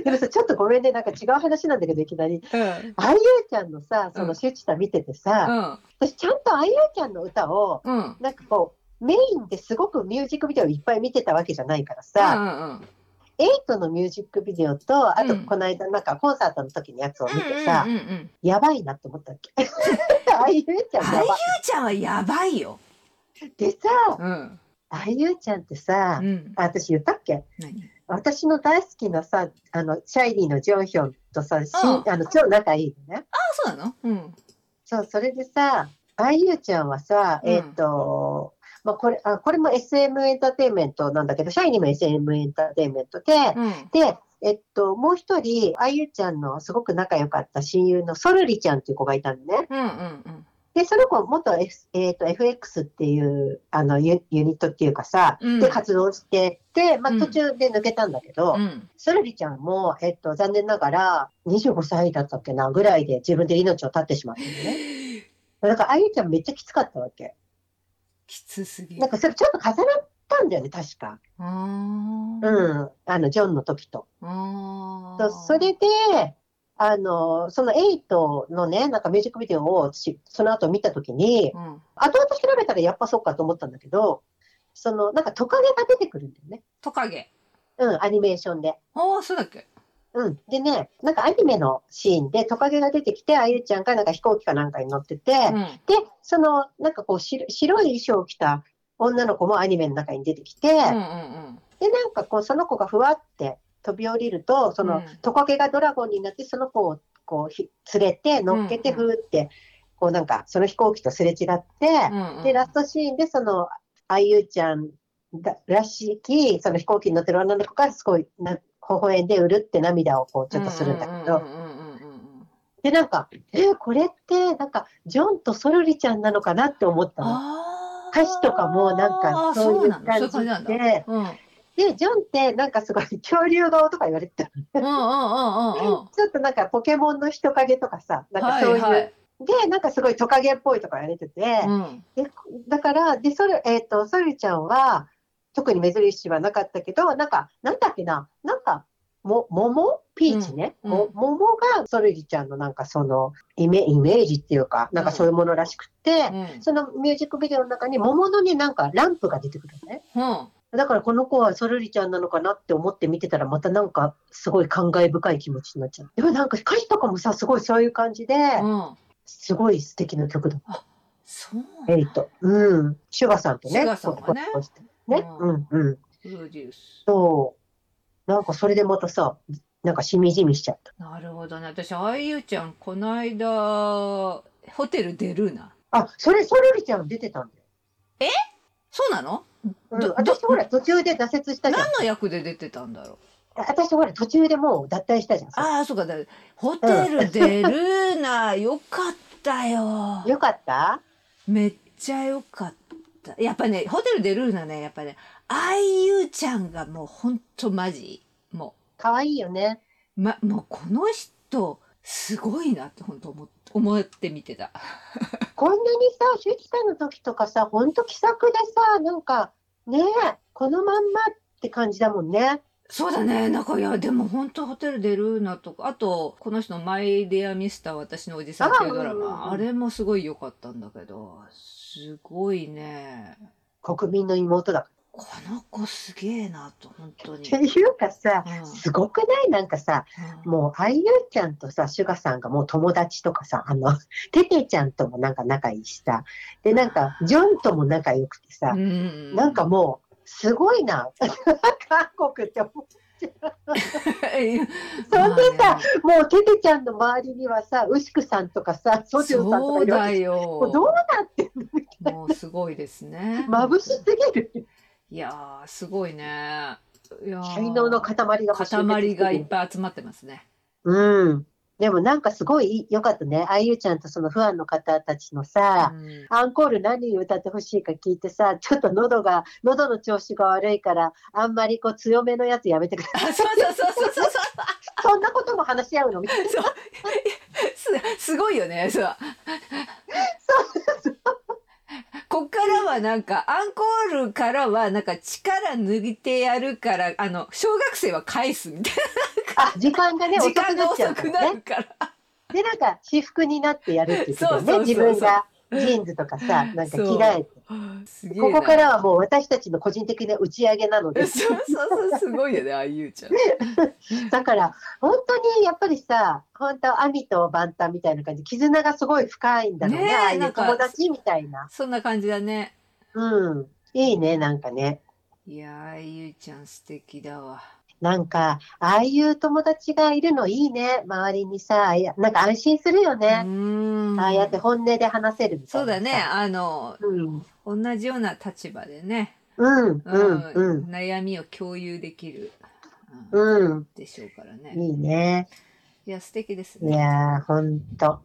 [SPEAKER 1] でもさ、ちょっとごめんね、なんか違う話なんだけど、いきなり。
[SPEAKER 2] うん。
[SPEAKER 1] あゆうちゃんのさ、そのシュチタ見ててさ、私ちゃんとあゆうちゃんの歌を
[SPEAKER 2] うん。うん。
[SPEAKER 1] なんかこうメインですごくミュージックビデオいっぱい見てたわけじゃないからさ、
[SPEAKER 2] うんうん
[SPEAKER 1] 8のミュージックビデオと、あと
[SPEAKER 2] うん
[SPEAKER 1] この間なんかコンサートの時のやつを見てさ、
[SPEAKER 2] うんうんうんうん
[SPEAKER 1] やばいなって思ったっけ。 あゆうちゃん
[SPEAKER 2] あ
[SPEAKER 1] やば
[SPEAKER 2] ゆちゃんはやばいよ。
[SPEAKER 1] い。でさ、
[SPEAKER 2] うん。
[SPEAKER 1] あゆうちゃんってさ、
[SPEAKER 2] うん。
[SPEAKER 1] あ私言ったっけ
[SPEAKER 2] 何？
[SPEAKER 1] 私の大好きなさ、あの、シャイリーのジョンヒョンとさ、しん
[SPEAKER 2] うん
[SPEAKER 1] あの、超仲いいのね。
[SPEAKER 2] あ、そうなの？うん。
[SPEAKER 1] そう、それでさ、あゆうちゃんはさ、
[SPEAKER 2] うん
[SPEAKER 1] えっ、と、まあ、これ、あ、これも SM エンターテインメントなんだけど、シャイニーも SM エンターテインメントで、
[SPEAKER 2] うん。
[SPEAKER 1] で、えっと、もう一人、あゆちゃんのすごく仲良かった親友のソルリちゃんっていう子がいたのね。
[SPEAKER 2] うんうん
[SPEAKER 1] で、その子、元、F えっと FX っていうあのユユニットっていうかさ、
[SPEAKER 2] うん
[SPEAKER 1] で活動してて、まあ、
[SPEAKER 2] うん
[SPEAKER 1] 途中で抜けたんだけど、
[SPEAKER 2] うん。うん。
[SPEAKER 1] ソルリちゃんも、えっと、残念ながら25歳だったっけなぐらいで自分で命を絶ってしまったのね。だから、あゆちゃんめっちゃきつかったわけ。
[SPEAKER 2] きつすぎる
[SPEAKER 1] なん。かそれちょっと重なったんだよね、確か。
[SPEAKER 2] あー
[SPEAKER 1] うん。あの、ジョンの時と。
[SPEAKER 2] あ
[SPEAKER 1] そうそれで、あの、その8のね、なんかミュージックビデオを私その後見たときに、
[SPEAKER 2] うん。
[SPEAKER 1] 後々調べたらやっぱそうかと思ったんだけど、その、なんかトカゲが出てくるんだよね。
[SPEAKER 2] トカゲ。
[SPEAKER 1] うん、アニメーションで。
[SPEAKER 2] ああ、そうだっけ。
[SPEAKER 1] うん。でね、なんかアニメのシーンでトカゲが出てきて、あゆちゃんがなんか飛行機かなんかに乗ってて、
[SPEAKER 2] うん。
[SPEAKER 1] で、その、なんかこう白白い衣装を着た女の子もアニメの中に出てきて、
[SPEAKER 2] うんうん
[SPEAKER 1] で、なんかこう、その子がふわって飛び降りると、その、
[SPEAKER 2] うん
[SPEAKER 1] トカゲがドラゴンになって、その子をこうひ連れて、乗っけて、
[SPEAKER 2] うん
[SPEAKER 1] ふー
[SPEAKER 2] う
[SPEAKER 1] って、こうなんか、その飛行機とすれ違って、
[SPEAKER 2] うん。うん
[SPEAKER 1] で、ラストシーンで、その、あゆうちゃんがらしき、その飛行機に乗ってる女の子が、すごいな、微笑んで、うるって涙をこう、ちょっとするんだけ
[SPEAKER 2] う
[SPEAKER 1] ど、
[SPEAKER 2] んうんうんうん
[SPEAKER 1] で、なんか、えーこれって、なんか、ジョンとソルリちゃんなのかなって思ったの。
[SPEAKER 2] あー
[SPEAKER 1] 歌詞とかもなんか
[SPEAKER 2] あー
[SPEAKER 1] そういう
[SPEAKER 2] なのそ
[SPEAKER 1] 感
[SPEAKER 2] ういう感じなん
[SPEAKER 1] じ
[SPEAKER 2] だ。
[SPEAKER 1] で、
[SPEAKER 2] うん。うん
[SPEAKER 1] で、ジョンってなんかすごい恐竜顔とか言われてた
[SPEAKER 2] うんうんうんうん。
[SPEAKER 1] ちょっとなんかポケモンの人影とかさ、なんかそういう、
[SPEAKER 2] はいはい
[SPEAKER 1] で、なんかすごいトカゲっぽいとかやれてて、
[SPEAKER 2] うん
[SPEAKER 1] でだから、で、それ、えっ、と、ソルちゃんは、特に目印はなかったけど、なんか、なんだっけな、なんか、も、桃ピーチね。
[SPEAKER 2] うん
[SPEAKER 1] も
[SPEAKER 2] うん
[SPEAKER 1] 桃がソルちゃんのなんかその、イメイメージっていうか、なんかそういうものらしくて、
[SPEAKER 2] うん
[SPEAKER 1] そのミュージックビデオの中に桃のね、なんかランプが出てくるのね。
[SPEAKER 2] うん。
[SPEAKER 1] だからこの子はソルリちゃんなのかなって思って見てたらまたなんかすごい感慨深い気持ちになっちゃう。でもなんか歌詞とかもさすごいそういう感じで
[SPEAKER 2] うん。
[SPEAKER 1] すごい素敵な曲だ。
[SPEAKER 2] そう
[SPEAKER 1] エイト。うん。シュガさんとね。
[SPEAKER 2] シュガさんがね
[SPEAKER 1] コラボしてね。
[SPEAKER 2] う
[SPEAKER 1] うんうん。
[SPEAKER 2] プロデュース。
[SPEAKER 1] そう。なんかそれでまたさ、なんかしみじみしちゃった。
[SPEAKER 2] なるほどね。私、あゆちゃん、この間、ホテル出るな。
[SPEAKER 1] あ、それソルリちゃん出てたんだよ。
[SPEAKER 2] そうなの
[SPEAKER 1] うん
[SPEAKER 2] ど
[SPEAKER 1] 私
[SPEAKER 2] ど
[SPEAKER 1] ほら途中で挫折したじゃん
[SPEAKER 2] 何。の役で出てたんだろう
[SPEAKER 1] 私ほら途中でもう脱退したじゃん。
[SPEAKER 2] ああ、そうか。だホテル出る な。よかったよ。
[SPEAKER 1] よかった
[SPEAKER 2] めっちゃよかった。やっぱね、ホテル出るなね、やっぱね、あゆちゃんがもうほんとマジ。も
[SPEAKER 1] かわいいよね。
[SPEAKER 2] う、ま、もうこの人、すごいなってほんと思っ思って見てた。
[SPEAKER 1] こんなにさ、周期さんの時とかさ、ほんと気さくでさ、なんか、ねえ、このまんまって感じだもんね。
[SPEAKER 2] そうだね。なんか、いや、でも本当ホテル出るなとか、あと、この人のマイ・デア・ミスター、私のおじさんっていうドラ
[SPEAKER 1] あ
[SPEAKER 2] マ、
[SPEAKER 1] うん
[SPEAKER 2] あれもすごい良かったんだけど、すごいね。
[SPEAKER 1] 国民の妹だか
[SPEAKER 2] この子すげえなと、本当 に。
[SPEAKER 1] ら。っていうかさ、
[SPEAKER 2] うん
[SPEAKER 1] すごくないなんかさ、
[SPEAKER 2] うん
[SPEAKER 1] もう、あゆちゃんとさ、シュガさんがもう友達とかさ、あの、 ててちゃんともなんか仲いいしさ、で、なんか、ジョンとも仲良くてさ
[SPEAKER 2] う、ん
[SPEAKER 1] なんかもう、すごいな、 韓国って思う。そんでさ、もうててちゃんの周りにはさ、牛久さんとかさ、ソジュンさんと
[SPEAKER 2] そ
[SPEAKER 1] かいうるわ
[SPEAKER 2] だ
[SPEAKER 1] けもう
[SPEAKER 2] よ。
[SPEAKER 1] どうなってんの
[SPEAKER 2] もうすごいですね。
[SPEAKER 1] 眩しすぎる。
[SPEAKER 2] いやー、すごいね。いやー
[SPEAKER 1] 才能の塊が欲しい
[SPEAKER 2] 塊がいっぱい集まってますね。
[SPEAKER 1] うん。でもなんかすごい良かったね。あゆちゃんとそのファンの方たちのさ、
[SPEAKER 2] うん
[SPEAKER 1] アンコール何歌ってほしいか聞いてさ、ちょっと喉が、喉の調子が悪いから、あんまりこう強めのやつやめてください。
[SPEAKER 2] あ、そうそうそうそうそうそう。
[SPEAKER 1] そんなことも話し合うのみたいな。
[SPEAKER 2] そうすすごいよねそうこっからはなんかアンコールからはなんか力抜いてやるからあの小学生は返すみたい
[SPEAKER 1] あ、時間がね、
[SPEAKER 2] な
[SPEAKER 1] 遅
[SPEAKER 2] 時
[SPEAKER 1] くな
[SPEAKER 2] 間が
[SPEAKER 1] っちゃ
[SPEAKER 2] 遅
[SPEAKER 1] うか
[SPEAKER 2] く
[SPEAKER 1] ら
[SPEAKER 2] な
[SPEAKER 1] ね。
[SPEAKER 2] るから
[SPEAKER 1] で、なんか私服になってやるって言ってたよ
[SPEAKER 2] そう
[SPEAKER 1] ね。
[SPEAKER 2] そうそうそう
[SPEAKER 1] 自分がジーンズとかさ、なんか着替えて
[SPEAKER 2] すげえな
[SPEAKER 1] ここからはもう私たちの個人的な打ち上げなの
[SPEAKER 2] そ
[SPEAKER 1] で
[SPEAKER 2] うそうそうすごいよねあゆうちゃん
[SPEAKER 1] だから本当にやっぱりさ本当網と万端みたいな感じ絆がすごい深いんだろうね
[SPEAKER 2] ねえ
[SPEAKER 1] ああい
[SPEAKER 2] なん
[SPEAKER 1] う
[SPEAKER 2] か
[SPEAKER 1] 友達みたいな
[SPEAKER 2] そんな感じだね
[SPEAKER 1] うんいいねなんかね
[SPEAKER 2] いやーあゆうちゃん素敵だわ
[SPEAKER 1] なんかああいう友達がいるのいいね周りにさいやなんか安心するよ
[SPEAKER 2] う
[SPEAKER 1] ね、
[SPEAKER 2] ーん
[SPEAKER 1] ああやって本音で話せるみた
[SPEAKER 2] そ
[SPEAKER 1] いうな
[SPEAKER 2] だ
[SPEAKER 1] さ
[SPEAKER 2] ねあの
[SPEAKER 1] うん
[SPEAKER 2] 同じような立場でね、
[SPEAKER 1] うんうんうん、
[SPEAKER 2] 悩みを共有できる、うん
[SPEAKER 1] うん、
[SPEAKER 2] でしょうからね、
[SPEAKER 1] いいね。
[SPEAKER 2] いや素敵です
[SPEAKER 1] い
[SPEAKER 2] ね
[SPEAKER 1] やー、ほんと。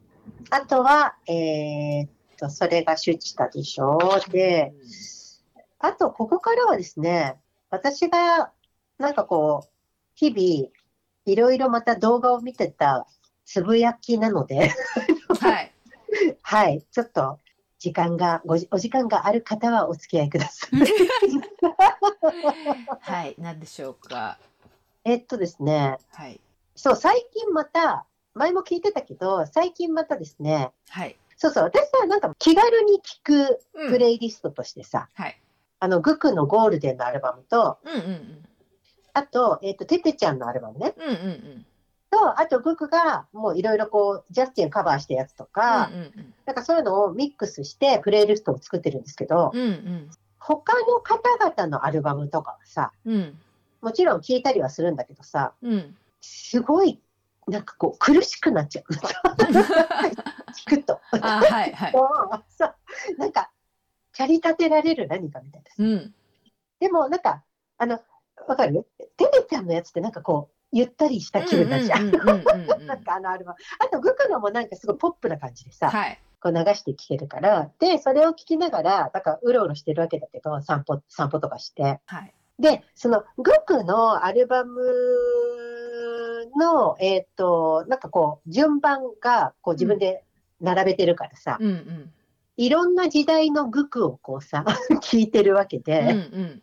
[SPEAKER 1] あとは、えーっと、それが周知たでしょで、あと、ここからはですね、私が、なんかこう、日々、いろいろまた動画を見てたつぶやきなので、
[SPEAKER 2] はい
[SPEAKER 1] はい、ちょっと、時間がごじ、お時間がある方はお付き合いくださ い。
[SPEAKER 2] はい何でしょうか
[SPEAKER 1] えーっとですね、
[SPEAKER 2] はい
[SPEAKER 1] そう、最近また、前も聞いてたけど、最近またですね、
[SPEAKER 2] はい、
[SPEAKER 1] そうそう、私はなんか気軽に聞く
[SPEAKER 2] うん、
[SPEAKER 1] プレイリストとしてさ、
[SPEAKER 2] はい
[SPEAKER 1] あの、グクのゴールデンのアルバムと、
[SPEAKER 2] うんうん
[SPEAKER 1] あと、えっ、と、ててちゃんのアルバムね。
[SPEAKER 2] うんうんうんうん
[SPEAKER 1] と、あと、グクが、もういろいろこう、ジャスティンカバーしたやつとか、
[SPEAKER 2] うんうん
[SPEAKER 1] なんかそういうのをミックスして、プレイリストを作ってるんですけど、
[SPEAKER 2] うんうん
[SPEAKER 1] 他の方々のアルバムとかはさ、
[SPEAKER 2] うん
[SPEAKER 1] もちろん聞いたりはするんだけどさ、
[SPEAKER 2] うん
[SPEAKER 1] すごい、なんかこう、苦しくなっちゃう。聞くと。
[SPEAKER 2] あはいはい
[SPEAKER 1] もうさ、 なんか、駆り立てられる何かみたいな。
[SPEAKER 2] うん
[SPEAKER 1] でもなんか、あの、わかるテレちゃんのやつってなんかこう、ゆったりした気分だじゃん。
[SPEAKER 2] うんうんうんうんうんう ん
[SPEAKER 1] なんかあのアルバム。あと、グクのもなんかすごいポップな感じでさ、
[SPEAKER 2] はい
[SPEAKER 1] こう流して聴けるから、で、それを聴きながら、だからうろうろしてるわけだけど、散歩、散歩とかして。
[SPEAKER 2] はい
[SPEAKER 1] で、その、グクのアルバムの、えっ、と、なんかこう、順番が、こう自分で並べてるからさ、
[SPEAKER 2] うんうん
[SPEAKER 1] いろんな時代のグクをこうさ、 聴いてるわけで、
[SPEAKER 2] うんうん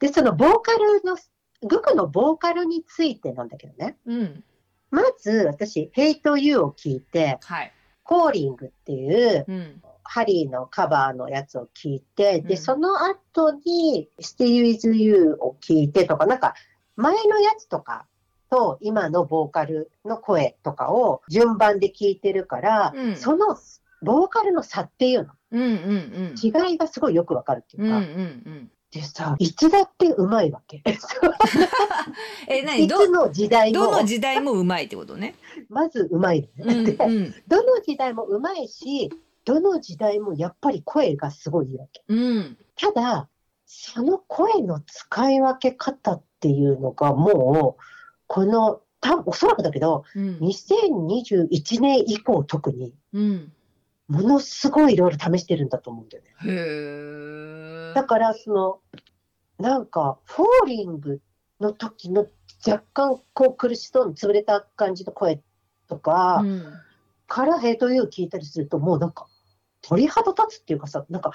[SPEAKER 1] で、そのボーカルの、グクのボーカルについてなんだけどね。
[SPEAKER 2] うん
[SPEAKER 1] まず、私、Hate You を聞いて、
[SPEAKER 2] はい
[SPEAKER 1] コーリングっていう、
[SPEAKER 2] うん
[SPEAKER 1] ハリーのカバーのやつを聞いて、
[SPEAKER 2] うん
[SPEAKER 1] で、その後に、Still With You を聞いてとか、なんか、前のやつとかと、今のボーカルの声とかを順番で聞いてるから、
[SPEAKER 2] うん
[SPEAKER 1] その、ボーカルの差っていうの、
[SPEAKER 2] うんうん
[SPEAKER 1] 違いがすごいよくわかるっていう
[SPEAKER 2] うんうん
[SPEAKER 1] か、
[SPEAKER 2] うん
[SPEAKER 1] でさ、いつだってうまいわけ。
[SPEAKER 2] え何
[SPEAKER 1] い
[SPEAKER 2] ど
[SPEAKER 1] つの時代も
[SPEAKER 2] どの時代もうまいってことね。
[SPEAKER 1] まずうまいの
[SPEAKER 2] う
[SPEAKER 1] ね、
[SPEAKER 2] ん
[SPEAKER 1] で
[SPEAKER 2] うん
[SPEAKER 1] どの時代もうまいしどの時代もやっぱり声がすごいいいわけ
[SPEAKER 2] うん
[SPEAKER 1] ただその声の使い分け方っていうのがもうこの多分おそらくだけど
[SPEAKER 2] うん
[SPEAKER 1] 2021年以降特に
[SPEAKER 2] うん
[SPEAKER 1] ものすごいいろいろ試してるんだと思うんだよね
[SPEAKER 2] へえ
[SPEAKER 1] だからそのなんかフォーリングの時の若干こう苦しそうに潰れた感じの声とか、
[SPEAKER 2] うん
[SPEAKER 1] からヘイトユー聞いたりすると、もうなんか、鳥肌立つっていうかさ、なんか、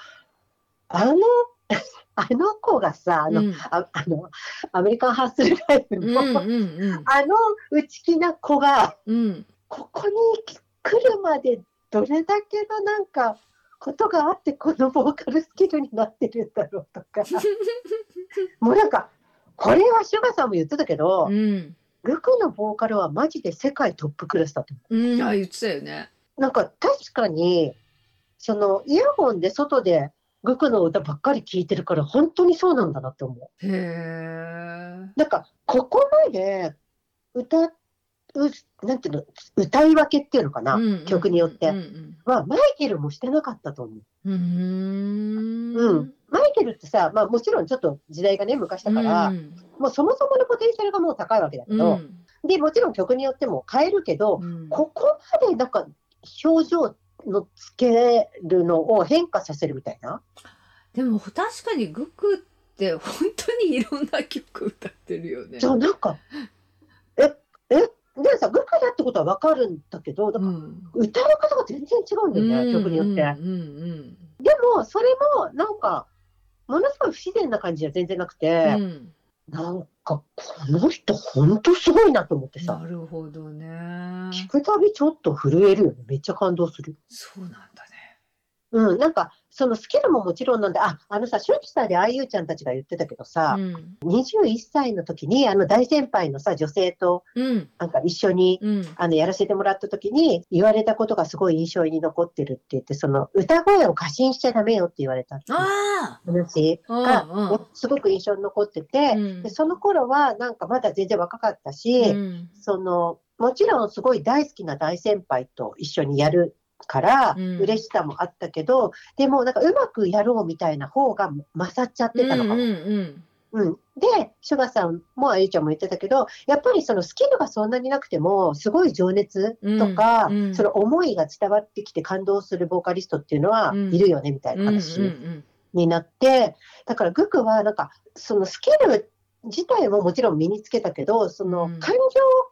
[SPEAKER 1] あの、 あの子がさ、あの、
[SPEAKER 2] うん
[SPEAKER 1] あ あの、アメリカンハッスルライブ
[SPEAKER 2] うん
[SPEAKER 1] の、
[SPEAKER 2] うん
[SPEAKER 1] あの内気な子が、
[SPEAKER 2] うん
[SPEAKER 1] ここに来るまでどれだけのなんか、ことがあって、このボーカルスキルになってるんだろうと か、もうなんか、これはシュガさんも言ってたけど
[SPEAKER 2] う、ん
[SPEAKER 1] ルクのボーカルはマジで世界トップクラスだと思う
[SPEAKER 2] うんあ言ってたよね。
[SPEAKER 1] なんか確かに、そのイヤホンで外でグクの歌ばっかり聴いてるから、本当にそうなんだなって思
[SPEAKER 2] へえ
[SPEAKER 1] う。なんか、ここまで歌う、なんていうの、歌い分けっていうのかな、曲によって
[SPEAKER 2] うん
[SPEAKER 1] は、マイケルもしてなかったと思う。
[SPEAKER 2] うんうん
[SPEAKER 1] う
[SPEAKER 2] うん
[SPEAKER 1] ん。マイケルってさ、まあもちろんちょっと時代がね、昔だから、
[SPEAKER 2] うん
[SPEAKER 1] もうそもそものポテンシャルがもう高いわけだけ
[SPEAKER 2] う
[SPEAKER 1] ど、
[SPEAKER 2] ん
[SPEAKER 1] で、もちろん曲によっても変えるけど、
[SPEAKER 2] うん
[SPEAKER 1] ここまでなんか表情のつけるのを変化させるみたいな。
[SPEAKER 2] でも確かにグクって本当にいろんな曲歌ってるよね。
[SPEAKER 1] じゃあなんか、え、え、でさ、グクだってことはわかるんだけど、だから
[SPEAKER 2] ん
[SPEAKER 1] 歌の方が全然違うんだよね、曲によって。
[SPEAKER 2] うんうん
[SPEAKER 1] でも、それもなんか、ものすごい不自然な感じは全然なく
[SPEAKER 2] うん
[SPEAKER 1] て、
[SPEAKER 2] うん
[SPEAKER 1] なんか、この人ほんとすごいなと思って
[SPEAKER 2] な
[SPEAKER 1] さ、
[SPEAKER 2] るほどね。
[SPEAKER 1] 聞くたびちょっと震えるよね。めっちゃ感動する。
[SPEAKER 2] そうなんだね。
[SPEAKER 1] うん、なんか、そのスキルももちろんなんで、あ、あのさ、初期さであゆうちゃんたちが言ってたけどさ、
[SPEAKER 2] うん
[SPEAKER 1] 21歳の時に、あの大先輩のさ、女性と
[SPEAKER 2] うん
[SPEAKER 1] なんか一緒に、
[SPEAKER 2] うん
[SPEAKER 1] あの、やらせてもらった時に、言われたことがすごい印象に残ってるって言って、その、歌声を過信しちゃダメよって言われたっていう
[SPEAKER 2] あ
[SPEAKER 1] 話
[SPEAKER 2] あ
[SPEAKER 1] が、
[SPEAKER 2] うんうん
[SPEAKER 1] すごく印象に残ってて、
[SPEAKER 2] うん
[SPEAKER 1] でその頃はなんかまだ全然若かったし、
[SPEAKER 2] うん
[SPEAKER 1] そのもちろんすごい大好きな大先輩と一緒にやるから
[SPEAKER 2] うん
[SPEAKER 1] 嬉しさもあったけど、でもなんかうまくやろうみたいな方が勝っちゃってたのかも。
[SPEAKER 2] う
[SPEAKER 1] うんん
[SPEAKER 2] うん
[SPEAKER 1] でシュガさんもあゆちゃんも言ってたけどやっぱりそのスキルがそんなになくてもすごい情熱とか、
[SPEAKER 2] うんうん
[SPEAKER 1] その思いが伝わってきて感動するボーカリストっていうのは
[SPEAKER 2] うん
[SPEAKER 1] いるよねみたい
[SPEAKER 2] うんう
[SPEAKER 1] なん
[SPEAKER 2] うん
[SPEAKER 1] 話。になって、だからグクはなんかそのスキル自体ももちろん身につけたけど、その
[SPEAKER 2] うん
[SPEAKER 1] 感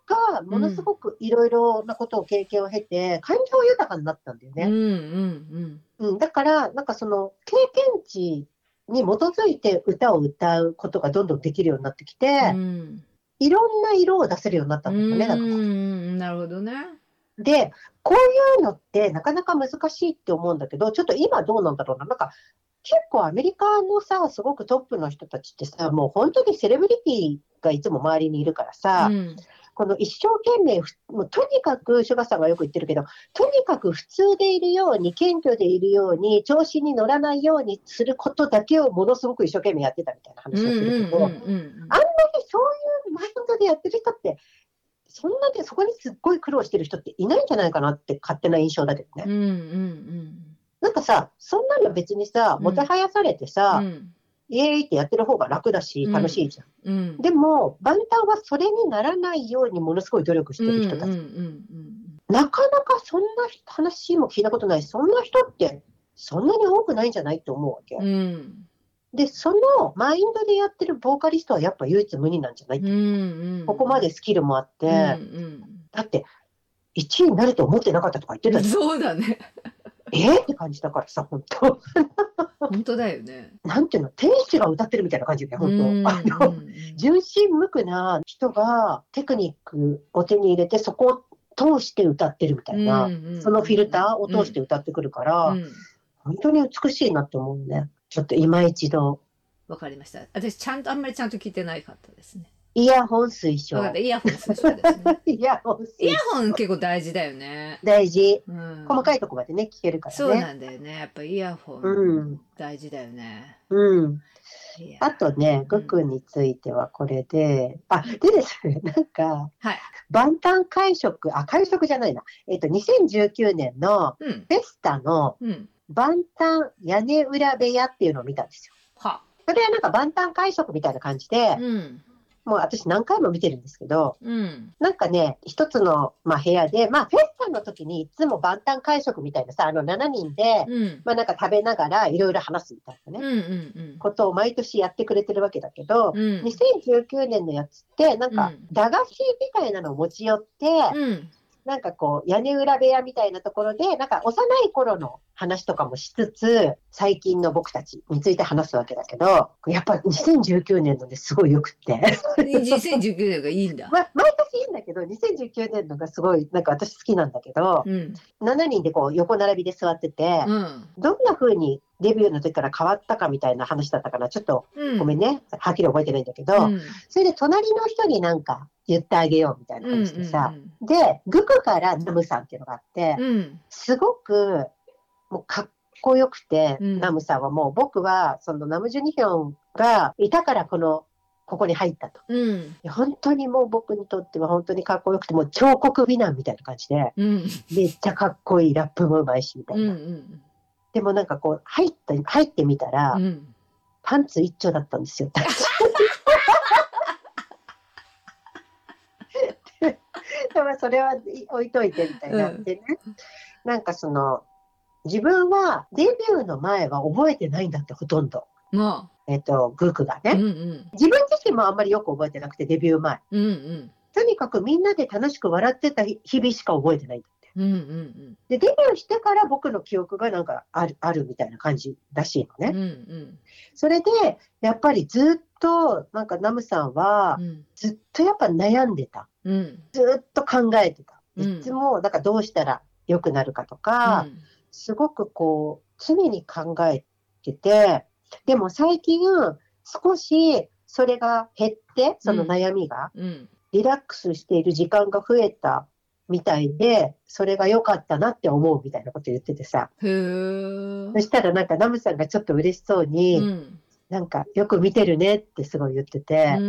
[SPEAKER 1] 情がものすごくいろいろなことを経験を経て、感情豊かになったんだよ
[SPEAKER 2] うんう
[SPEAKER 1] ね。
[SPEAKER 2] ん
[SPEAKER 1] うん、だからなんかその経験値に基づいて歌を歌うことがどんどんできるようになってきて、
[SPEAKER 2] うん
[SPEAKER 1] いろんな色を出せるようになったんだよね。だ
[SPEAKER 2] うん
[SPEAKER 1] か
[SPEAKER 2] う
[SPEAKER 1] ら
[SPEAKER 2] んうんなるほどね。
[SPEAKER 1] で、こういうのってなかなか難しいって思うんだけど、ちょっと今どうなんだろうな。なんか結構アメリカのさ、すごくトップの人たちってさ、もう本当にセレブリティがいつも周りにいるからさ、
[SPEAKER 2] うん
[SPEAKER 1] この一生懸命、ふもうとにかく、シュガさんがよく言ってるけど、とにかく普通でいるように、謙虚でいるように、調子に乗らないようにすることだけをものすごく一生懸命やってたみたいな
[SPEAKER 2] うん
[SPEAKER 1] 話をす
[SPEAKER 2] う
[SPEAKER 1] るけ
[SPEAKER 2] ん
[SPEAKER 1] ど、
[SPEAKER 2] う
[SPEAKER 1] あんま
[SPEAKER 2] んうん
[SPEAKER 1] りそういうマインドでやってる人って、そんなにそこにすっごい苦労してる人っていないんじゃないかなって勝手な印象だけどね。
[SPEAKER 2] うんうん
[SPEAKER 1] なんかさ、そんなの別にさ、
[SPEAKER 2] うん
[SPEAKER 1] もてはやされてさ、
[SPEAKER 2] うん
[SPEAKER 1] イエーイってやってる方が楽だし、
[SPEAKER 2] うん
[SPEAKER 1] 楽しいじゃん。
[SPEAKER 2] うん
[SPEAKER 1] でも、万端はそれにならないようにものすごい努力してる人たち。
[SPEAKER 2] うんうんうん
[SPEAKER 1] なかなかそんな話も聞いたことないし、そんな人ってそんなに多くないんじゃないと思うわけ。
[SPEAKER 2] うんうん
[SPEAKER 1] で、そのマインドでやってるボーカリストはやっぱ唯一無二なんじゃない、
[SPEAKER 2] うんうん
[SPEAKER 1] ここまでスキルもあって、
[SPEAKER 2] うん
[SPEAKER 1] だって、1位になると思ってなかったとか言って
[SPEAKER 2] う
[SPEAKER 1] た
[SPEAKER 2] ん
[SPEAKER 1] じ
[SPEAKER 2] そうだね。
[SPEAKER 1] ゃん。えーって感じだからさ、本当
[SPEAKER 2] 本当だよね。
[SPEAKER 1] なんていうの、天使が歌ってるみたいな感じだよね、
[SPEAKER 2] うん
[SPEAKER 1] 本当。あの
[SPEAKER 2] うんうん
[SPEAKER 1] 純真無垢な人がテクニックを手に入れてそこを通して歌ってるみたいな、そのフィルターを通して歌ってくるから、
[SPEAKER 2] うんうん
[SPEAKER 1] 本当に美しいなって思うねちょっと今一度
[SPEAKER 2] わかりました。私ちゃんとあんまりちゃんと聞いてないかったですね。
[SPEAKER 1] イヤホン推奨
[SPEAKER 2] わかった。イヤホン最初ですね。
[SPEAKER 1] イヤホン推奨
[SPEAKER 2] イヤホン結構大事だよね。
[SPEAKER 1] 大事
[SPEAKER 2] うん。
[SPEAKER 1] 細かいとこまでね聞けるからね
[SPEAKER 2] そうなんだよね。やっぱイヤホ
[SPEAKER 1] う
[SPEAKER 2] ン
[SPEAKER 1] ん
[SPEAKER 2] 大事だよね。
[SPEAKER 1] うん、
[SPEAKER 2] いや
[SPEAKER 1] あとね、グクについてはこれで、あ、でですね、 なんか、
[SPEAKER 2] はい
[SPEAKER 1] 万端会食、あ、会食じゃないな、えっと、2019年の
[SPEAKER 2] うん
[SPEAKER 1] フェスタの
[SPEAKER 2] うん。
[SPEAKER 1] 万端屋根裏部屋っていうのを見たんですよ。
[SPEAKER 2] は。
[SPEAKER 1] それはなんか万端会食みたいな感じで、
[SPEAKER 2] うん
[SPEAKER 1] もう私何回も見てるんですけど、
[SPEAKER 2] うん
[SPEAKER 1] なんかね、一つの、まあ、部屋で、まあ、フェスタの時にいつも万端会食みたいなさ、あの7人で、
[SPEAKER 2] うん
[SPEAKER 1] まあ、なんか食べながらいろいろ話すみたいな
[SPEAKER 2] うん
[SPEAKER 1] ね、
[SPEAKER 2] うん
[SPEAKER 1] ことを毎年やってくれてるわけだけど
[SPEAKER 2] うん、うん
[SPEAKER 1] 2019年のやつって、なん
[SPEAKER 2] う
[SPEAKER 1] か
[SPEAKER 2] ん
[SPEAKER 1] 駄菓子みたいなのを持ち寄って、
[SPEAKER 2] うん
[SPEAKER 1] なんかこう、屋根裏部屋みたいなところで、なんか幼い頃の話とかもしつつ、最近の僕たちについて話すわけだけど、やっぱ2019年のですごいよくって。
[SPEAKER 2] 2019年がいいんだ。
[SPEAKER 1] ま、毎年いいんだけど、2019年のがすごい、なんか私好きなんだけど、
[SPEAKER 2] うん
[SPEAKER 1] 7人でこう横並びで座ってて
[SPEAKER 2] う、ん
[SPEAKER 1] どんな風にデビューの時から変わったかみたいな話だったかな、ちょっと
[SPEAKER 2] うん。
[SPEAKER 1] ごめんね、はっきり覚えてないんだけ
[SPEAKER 2] う
[SPEAKER 1] ど、
[SPEAKER 2] ん
[SPEAKER 1] それで隣の人になんか言ってあげようみたいな
[SPEAKER 2] う
[SPEAKER 1] 感
[SPEAKER 2] ん
[SPEAKER 1] じでさ、
[SPEAKER 2] うん
[SPEAKER 1] で、グクからナムさんっていうのがあって、
[SPEAKER 2] うん
[SPEAKER 1] すごくもうかっこよくて、
[SPEAKER 2] うん
[SPEAKER 1] ナムさんはもう僕はそのナムジュニヒョンがいたからこのここに入ったと
[SPEAKER 2] うん
[SPEAKER 1] いや本当にもう僕にとっては本当にかっこよくてもう彫刻美男みたいな感じで
[SPEAKER 2] うん
[SPEAKER 1] めっちゃかっこいいラップもうまいしみた
[SPEAKER 2] う
[SPEAKER 1] い
[SPEAKER 2] んう
[SPEAKER 1] な、
[SPEAKER 2] ん
[SPEAKER 1] でもなんかこう入った入ってみたら、
[SPEAKER 2] うん。
[SPEAKER 1] パンツ一丁だったんですよでもそれはい置いといてみたいになってね、なんかその自分はデビューの前は覚えてないんだってほとんど、
[SPEAKER 2] ま
[SPEAKER 1] えっとグークがね、
[SPEAKER 2] あ。うんうん
[SPEAKER 1] 自分自身もあんまりよく覚えてなくてデビュー前
[SPEAKER 2] うんうん
[SPEAKER 1] とにかくみんなで楽しく笑ってた日々しか覚えてないんだって
[SPEAKER 2] うんうん
[SPEAKER 1] でデビューしてから僕の記憶がなんかあるあるみたいな感じらしいのね、
[SPEAKER 2] うんうん
[SPEAKER 1] それでやっぱりずっとなんかナムさんは
[SPEAKER 2] うん
[SPEAKER 1] ずっとやっぱ悩んでた
[SPEAKER 2] うん
[SPEAKER 1] ずっと考えてた
[SPEAKER 2] うん
[SPEAKER 1] いつもなんかどうしたら良くなるかとか、すごくこう常に考えてて、でも最近少しそれが減って、その悩みが、
[SPEAKER 2] うん。
[SPEAKER 1] リラックスしている時間が増えたみたいで、それが良かったなって思うみたいなこと言っててさ、
[SPEAKER 2] ふー
[SPEAKER 1] そしたらなんかナムさんがちょっと嬉しそうに、
[SPEAKER 2] うん。
[SPEAKER 1] なんかよく見てるねってすごい言って
[SPEAKER 2] う
[SPEAKER 1] て、
[SPEAKER 2] ん。
[SPEAKER 1] う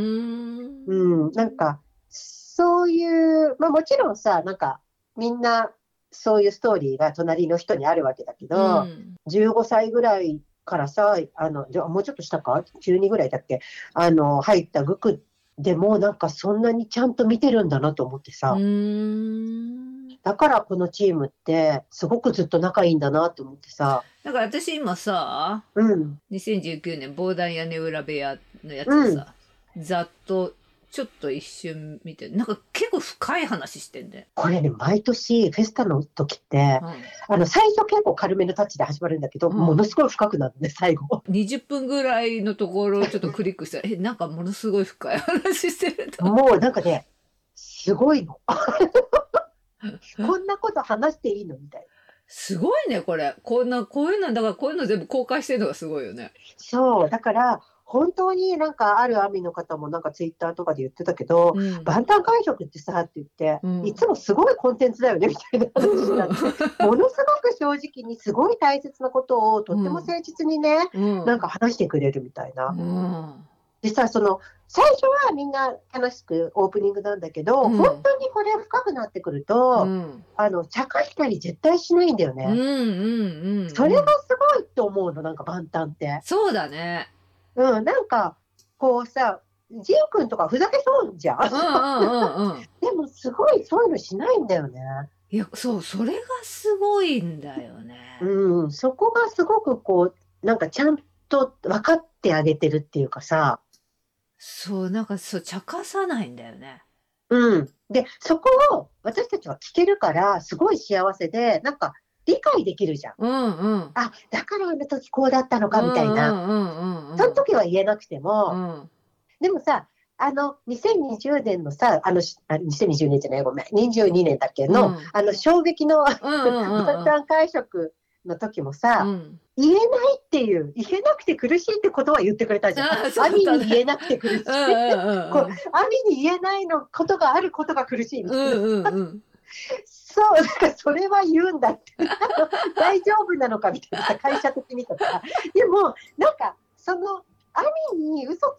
[SPEAKER 1] ん、なんかそういう、まあもちろんさ、なんかみんなそういうストーリーが隣の人にあるわけだけど、
[SPEAKER 2] うん
[SPEAKER 1] 15歳ぐらいからさ、あの、じゃあもうちょっとしたか ?12 ぐらいだっけあの、入ったグクでもなんかそんなにちゃんと見てるんだなと思ってさ、
[SPEAKER 2] うん。
[SPEAKER 1] だからこのチームってすごくずっと仲いいんだなと思ってさ、
[SPEAKER 2] だから私今さ、
[SPEAKER 1] うん、
[SPEAKER 2] 2019年防弾屋根裏部屋のやつをさ、ざっとちょっと一瞬見てなんか結構深い話してんね、
[SPEAKER 1] これね、毎年フェスタの時って、あの、最初結構軽めのタッチで始まるんだけど、
[SPEAKER 2] うん
[SPEAKER 1] ものすごい深くなるね、最後。
[SPEAKER 2] うん20分ぐらいのところをちょっとクリッ クしたらえなんかものすごい深い話してると
[SPEAKER 1] もうなんかね、すご いの。こんなこと話していいのみたいな。
[SPEAKER 2] すごいねこれこんなこういうのだからこういうの全部公開してるのがすごいよね
[SPEAKER 1] そう、だから、本当になんかあるアミの方もなんかツイッターとかで言ってたけど、
[SPEAKER 2] うん
[SPEAKER 1] 万端会食ってさって言って、
[SPEAKER 2] うん
[SPEAKER 1] いつもすごいコンテンツだよねみたいな話になってものすごく正直にすごい大切なことをとっても誠実にね、
[SPEAKER 2] うん
[SPEAKER 1] なんか話してくれるみたいな。
[SPEAKER 2] うん
[SPEAKER 1] でさその最初はみんな楽しくオープニングなんだけど、
[SPEAKER 2] うん
[SPEAKER 1] 本当にこれ深くなってくると、
[SPEAKER 2] うん
[SPEAKER 1] あの茶化したり絶対しないんだよ
[SPEAKER 2] うんう
[SPEAKER 1] ね。
[SPEAKER 2] んうん
[SPEAKER 1] それがすごいと思うのなんか万端って。
[SPEAKER 2] そうだね
[SPEAKER 1] うんなんかこうさジン君とかふざけそう じゃん。
[SPEAKER 2] うんうんうんうん
[SPEAKER 1] でもすごいそういうのしないんだよね。
[SPEAKER 2] いやそうそれがすごいんだよね、
[SPEAKER 1] うん、そこがすごくこう、なんかちゃんと分かってあげてるっていうかさ、
[SPEAKER 2] そう、なんかそう、茶化さないんだよね。
[SPEAKER 1] うん。で、そこを私たちは聞けるから、すごい幸せで、なんか理解できるじゃん。
[SPEAKER 2] うんうん。
[SPEAKER 1] あ、だからあの時こうだったのかみたいな。
[SPEAKER 2] うんうんうんうん。
[SPEAKER 1] その時は言えなくて
[SPEAKER 2] う
[SPEAKER 1] も、
[SPEAKER 2] ん。
[SPEAKER 1] でもさ、あの、2020年のさ、あの、しあ2020年じゃない、ごめん、22年だっけの、
[SPEAKER 2] うん
[SPEAKER 1] あの、衝撃の、
[SPEAKER 2] うんうんうん
[SPEAKER 1] 分
[SPEAKER 2] う
[SPEAKER 1] 散会食の時もさ、
[SPEAKER 2] ん。うん。
[SPEAKER 1] 言えないっていう、言えなくて苦しいってことは言ってくれたじゃん。
[SPEAKER 2] あーそう
[SPEAKER 1] ア
[SPEAKER 2] だね
[SPEAKER 1] ミに言えなくて苦しい。
[SPEAKER 2] う
[SPEAKER 1] ア
[SPEAKER 2] ん
[SPEAKER 1] こミに言えないのことがあることが苦しいみたいな。
[SPEAKER 2] うんうんうんうん。
[SPEAKER 1] そう、なんかそれは言うんだって。 大丈夫なのかみたいな会社的にとか。でも、なんか、その、アミに嘘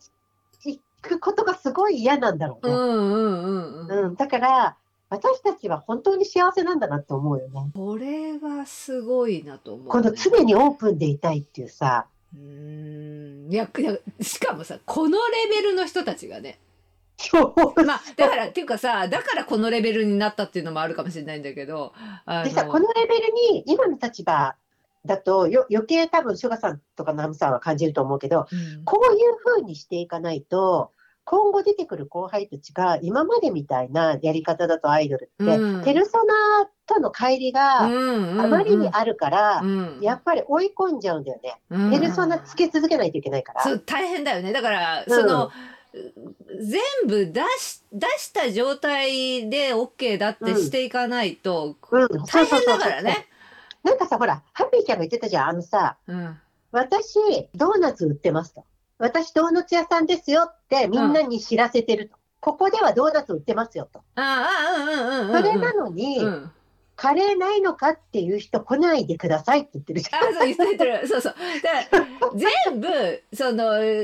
[SPEAKER 1] つくことがすごい嫌なんだろう
[SPEAKER 2] う
[SPEAKER 1] ね。
[SPEAKER 2] んうんうんうん。
[SPEAKER 1] うん、だから、私たちは本当に幸せなんだなって思うよね。
[SPEAKER 2] これはすごいなと思う、ね。
[SPEAKER 1] この常にオープンでいたいっていうさ、
[SPEAKER 2] うーん。いや、いやしかもさ、このレベルの人たちがね。
[SPEAKER 1] そう
[SPEAKER 2] まあ、だから、っていうかさ、だからこのレベルになったっていうのもあるかもしれないんだけど。あ
[SPEAKER 1] でさ、このレベルに今の立場だとよ余計多分、シュガさんとかナムさんは感じると思うけど、
[SPEAKER 2] うん
[SPEAKER 1] こういう風にしていかないと、今後出てくる後輩たちが今までみたいなやり方だとアイドルって、
[SPEAKER 2] うん
[SPEAKER 1] ペルソナとの乖離が
[SPEAKER 2] うんうんうん
[SPEAKER 1] あまりにあるから、
[SPEAKER 2] うん
[SPEAKER 1] やっぱり追い込んじゃうんだよね。
[SPEAKER 2] うん
[SPEAKER 1] ペルソナつけ続けないといけないから。
[SPEAKER 2] そう大変だよねだから、
[SPEAKER 1] うん
[SPEAKER 2] その全部出し出した状態で OK だってしていかないと、
[SPEAKER 1] うん、
[SPEAKER 2] 大変だ
[SPEAKER 1] そう
[SPEAKER 2] から
[SPEAKER 1] そうそう
[SPEAKER 2] ね。
[SPEAKER 1] そう。なんかさ、ほら、ハッピーちゃんが言ってたじゃん、あのさ、
[SPEAKER 2] うん
[SPEAKER 1] 私、ドーナツ売ってますと。私、ドーナツ屋さんですよって、みんなに知らせてると。ここではドーナツ売ってますよと。
[SPEAKER 2] ああうんうんうんうんうん
[SPEAKER 1] それなのに、
[SPEAKER 2] うん、
[SPEAKER 1] カレーないのかっていう人来ないでくださいって言ってるじ
[SPEAKER 2] あ
[SPEAKER 1] ゃん。
[SPEAKER 2] そう言ってる言ってる そうそうだから全部その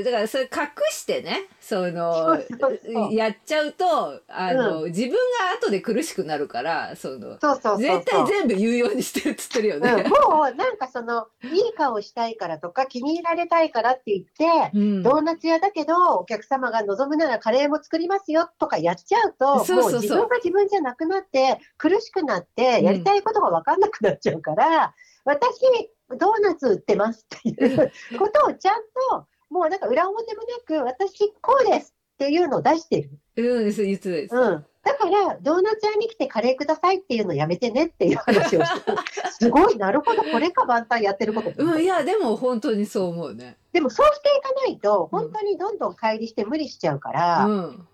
[SPEAKER 2] だからそれ隠してねその
[SPEAKER 1] そうそうそう
[SPEAKER 2] やっちゃうとあの、自分が後で苦しくなるからそ
[SPEAKER 1] そ
[SPEAKER 2] の
[SPEAKER 1] うそうそうそう
[SPEAKER 2] 絶対全部言うようにしてるっつってるよね。
[SPEAKER 1] うん、もうなんかそのいい顔したいからとか気に入られたいからって言って、
[SPEAKER 2] うん
[SPEAKER 1] ドーナツ屋だけどお客様が望むならカレーも作りますよとかやっちゃうと
[SPEAKER 2] そうそうそう
[SPEAKER 1] もう自分が自分じゃなくなって苦しくなってやりたいことが分かんなくなっちゃうから、私ドーナツ売ってますっていうことをちゃんともうなんか裏表もなく私こうですっていうのを出してる。
[SPEAKER 2] うん、そう言ってた言ってた
[SPEAKER 1] うん、だから、ドーナツ屋に来てカレーくださいっていうのやめてねっていう話 をして、すごい、なるほど、これか万端やってること、
[SPEAKER 2] うん、いや、でも本当にそう思うね。
[SPEAKER 1] でもそうしていかないと、本当にどんどん乖離して無理しちゃうから、
[SPEAKER 2] うん。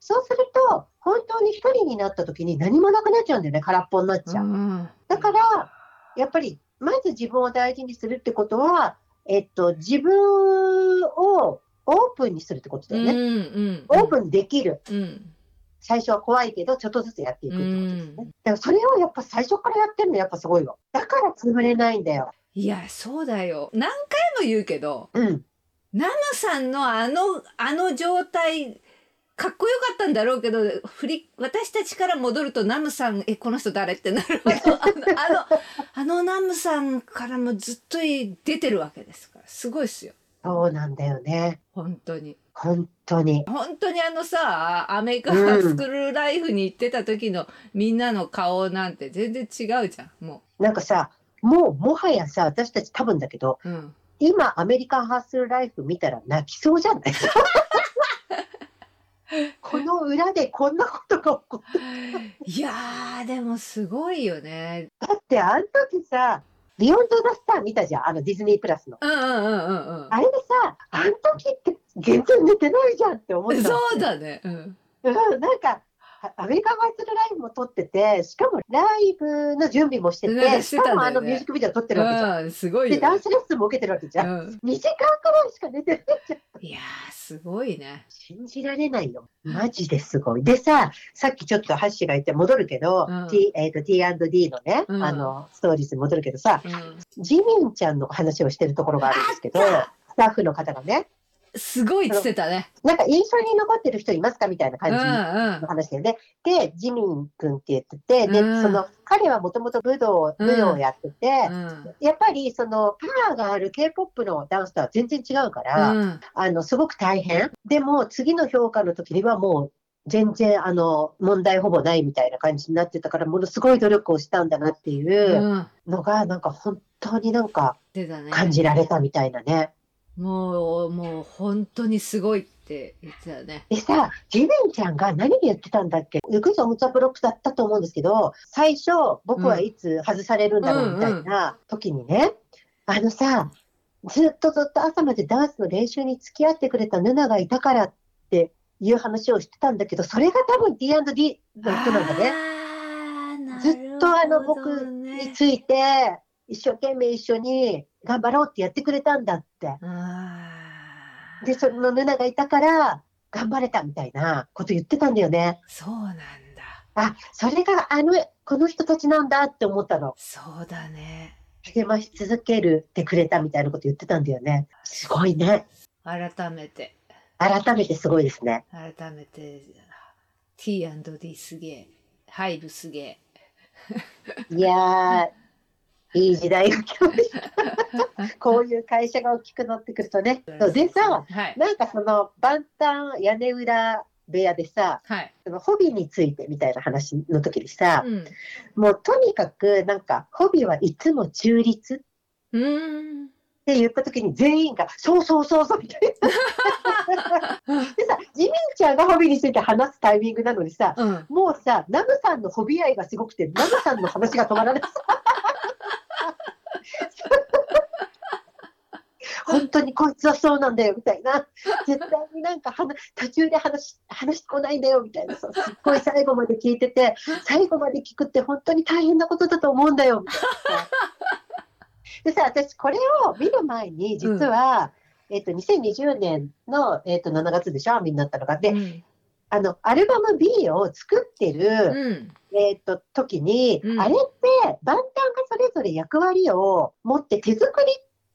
[SPEAKER 1] そうすると、本当に一人になった時に何もなくなっちゃうんだよね、空っぽになっちゃう。
[SPEAKER 2] うん
[SPEAKER 1] だから、やっぱり、まず自分を大事にするってことは、えっと、自分をオープンにするってことだよね。
[SPEAKER 2] うん
[SPEAKER 1] オープンできる。
[SPEAKER 2] うん
[SPEAKER 1] 最初は怖いけど、ちょっとずつやっていく
[SPEAKER 2] う
[SPEAKER 1] ってことですね。
[SPEAKER 2] ん
[SPEAKER 1] だからそれをやっぱ最初からやってるのやっぱすごいわ。だから潰れないんだよ。
[SPEAKER 2] いやそうだよ何回も言うけど
[SPEAKER 1] うん。
[SPEAKER 2] ナムさんのあのあの状態かっこよかったんだろうけど振り私たちから戻るとナムさんえこの人誰ってなる ほどあのあのあのナムさんからもずっと出てるわけですからすごいっすよ
[SPEAKER 1] そうなんだよね。
[SPEAKER 2] 本当に
[SPEAKER 1] 本当に。
[SPEAKER 2] 本当にあのさアメリカ
[SPEAKER 1] うん
[SPEAKER 2] スクールライフに行ってた時のみんなの顔なんて全然違うじゃんも
[SPEAKER 1] なんかさ、もうもはやさ、私たち多分だけど、
[SPEAKER 2] う、うん、
[SPEAKER 1] 今アメリカンハッスルライフ見たら泣きそうじ ゃないこの裏でこんなことが起こっ
[SPEAKER 2] いやーでもすごいよね
[SPEAKER 1] だってあの時さ、ビヨンド・ザ・スター見たじゃん、あのディズニープラスの。
[SPEAKER 2] うんうんうんうんうん
[SPEAKER 1] あれでさ、あの時って全然寝てないじゃんって思ったの。
[SPEAKER 2] そうだねうん
[SPEAKER 1] うん、なんか、あアメリカンハッスルライフも撮ってて、しかもライブの準備もしてて、
[SPEAKER 2] ねして
[SPEAKER 1] した
[SPEAKER 2] んだよね
[SPEAKER 1] かもあのミュージックビデオ撮ってるわけじゃん。
[SPEAKER 2] うんすごいよ、
[SPEAKER 1] で、
[SPEAKER 2] ね、
[SPEAKER 1] ダンスレッスンも受けてるわけじゃん。
[SPEAKER 2] うん、
[SPEAKER 1] 2時間くらいしか寝てないじゃん。
[SPEAKER 2] いやーすごいね。
[SPEAKER 1] 信じられないよ。マジですごい。でさ、さっきちょっとハッシーが言って戻るけど、
[SPEAKER 2] うん
[SPEAKER 1] T えーと T&D のね、
[SPEAKER 2] うん
[SPEAKER 1] あの、ストーリーズに戻るけどさ、
[SPEAKER 2] うん、
[SPEAKER 1] ジミンちゃんの話をしてるところがあるんですけど、
[SPEAKER 2] あった
[SPEAKER 1] スタッフの方がね、
[SPEAKER 2] すごいっつってたね。
[SPEAKER 1] なんか印象に残ってる人いますかみたいな
[SPEAKER 2] うんう
[SPEAKER 1] 感
[SPEAKER 2] ん
[SPEAKER 1] じ。の話だよね。で、ジミン君って言ってて、で、
[SPEAKER 2] うん
[SPEAKER 1] その、彼はもともと武道、
[SPEAKER 2] うん
[SPEAKER 1] 武道をやってて、
[SPEAKER 2] うん
[SPEAKER 1] やっぱりその、パワーがある K-POP のダンスとは全然違うから、
[SPEAKER 2] うん
[SPEAKER 1] あの、すごく大変。でも、次の評価の時にはもう、全然、あの、問題ほぼないみたいな感じになってたから、ものすごい努力をしたんだなっていう
[SPEAKER 2] うん
[SPEAKER 1] のが、なんか本当になんか
[SPEAKER 2] 出たね。
[SPEAKER 1] 感じられたみたいなね。
[SPEAKER 2] もうもう本当にすごいって言ってたね。
[SPEAKER 1] でさ、ジミンちゃんが何で言ってたんだっけゆくぞむつはブロックだったと思うんですけど、最初、僕はいつ外されるんだろうみたいな時にね、あのさ、ずっとずっと朝までダンスの練習に付き合ってくれたヌナがいたからっていう話をしてたんだけど、それが多分 D&D の人なんだね。
[SPEAKER 2] あーなるほど
[SPEAKER 1] ず
[SPEAKER 2] ね。
[SPEAKER 1] っとあの僕について、一生懸命一緒に頑張ろうってやってくれたんだって。
[SPEAKER 2] あー
[SPEAKER 1] で、そのヌナがいたから、頑張れたみたいなこと言ってたんだよね。
[SPEAKER 2] そうなんだ。
[SPEAKER 1] あ、それがあの、この人たちなんだって思ったの。
[SPEAKER 2] そうだね。
[SPEAKER 1] 励まし続けるってくれたみたいなこと言ってたんだよね。すごいね。
[SPEAKER 2] 改めて
[SPEAKER 1] 改めてすごいですね。
[SPEAKER 2] 改めて T&D すげえ。ハイブすげえ。
[SPEAKER 1] いやー、いい時代が来ました。 こういう会社が大きくなってくるとね。そうでさ、
[SPEAKER 2] はい
[SPEAKER 1] なんかその、万端屋根裏部屋でさ、
[SPEAKER 2] はい。
[SPEAKER 1] そのホビーについてみたいな話の時にさ
[SPEAKER 2] う、ん。
[SPEAKER 1] もうとにかくなんか、ホビーはいつも中立っ
[SPEAKER 2] うーん。
[SPEAKER 1] て言った時に全員が、そうそうそうそうみたいな。でさ、ジミンちゃんがホビーについて話すタイミングなのにさ、
[SPEAKER 2] うん。
[SPEAKER 1] もうさ、ナムさんのホビー愛がすごくて、ナムさんの話が止まらない。本当にこいつはそうなんだよみたいな、絶対になんか話途中で話話してこないんだよみたいなさ、すっごい最後まで聞いてて、最後まで聞くって本当に大変なことだと思うんだよみたいなさ。でさ、私、これを見る前に、実は、えっと2020年の、えっと7月でしょ、みんなったのが。で、
[SPEAKER 2] うん
[SPEAKER 1] あの、アルバム B を作ってる、
[SPEAKER 2] うん。
[SPEAKER 1] えーっと、時に、
[SPEAKER 2] うん
[SPEAKER 1] あれって、バンタンがそれぞれ役割を持って手作り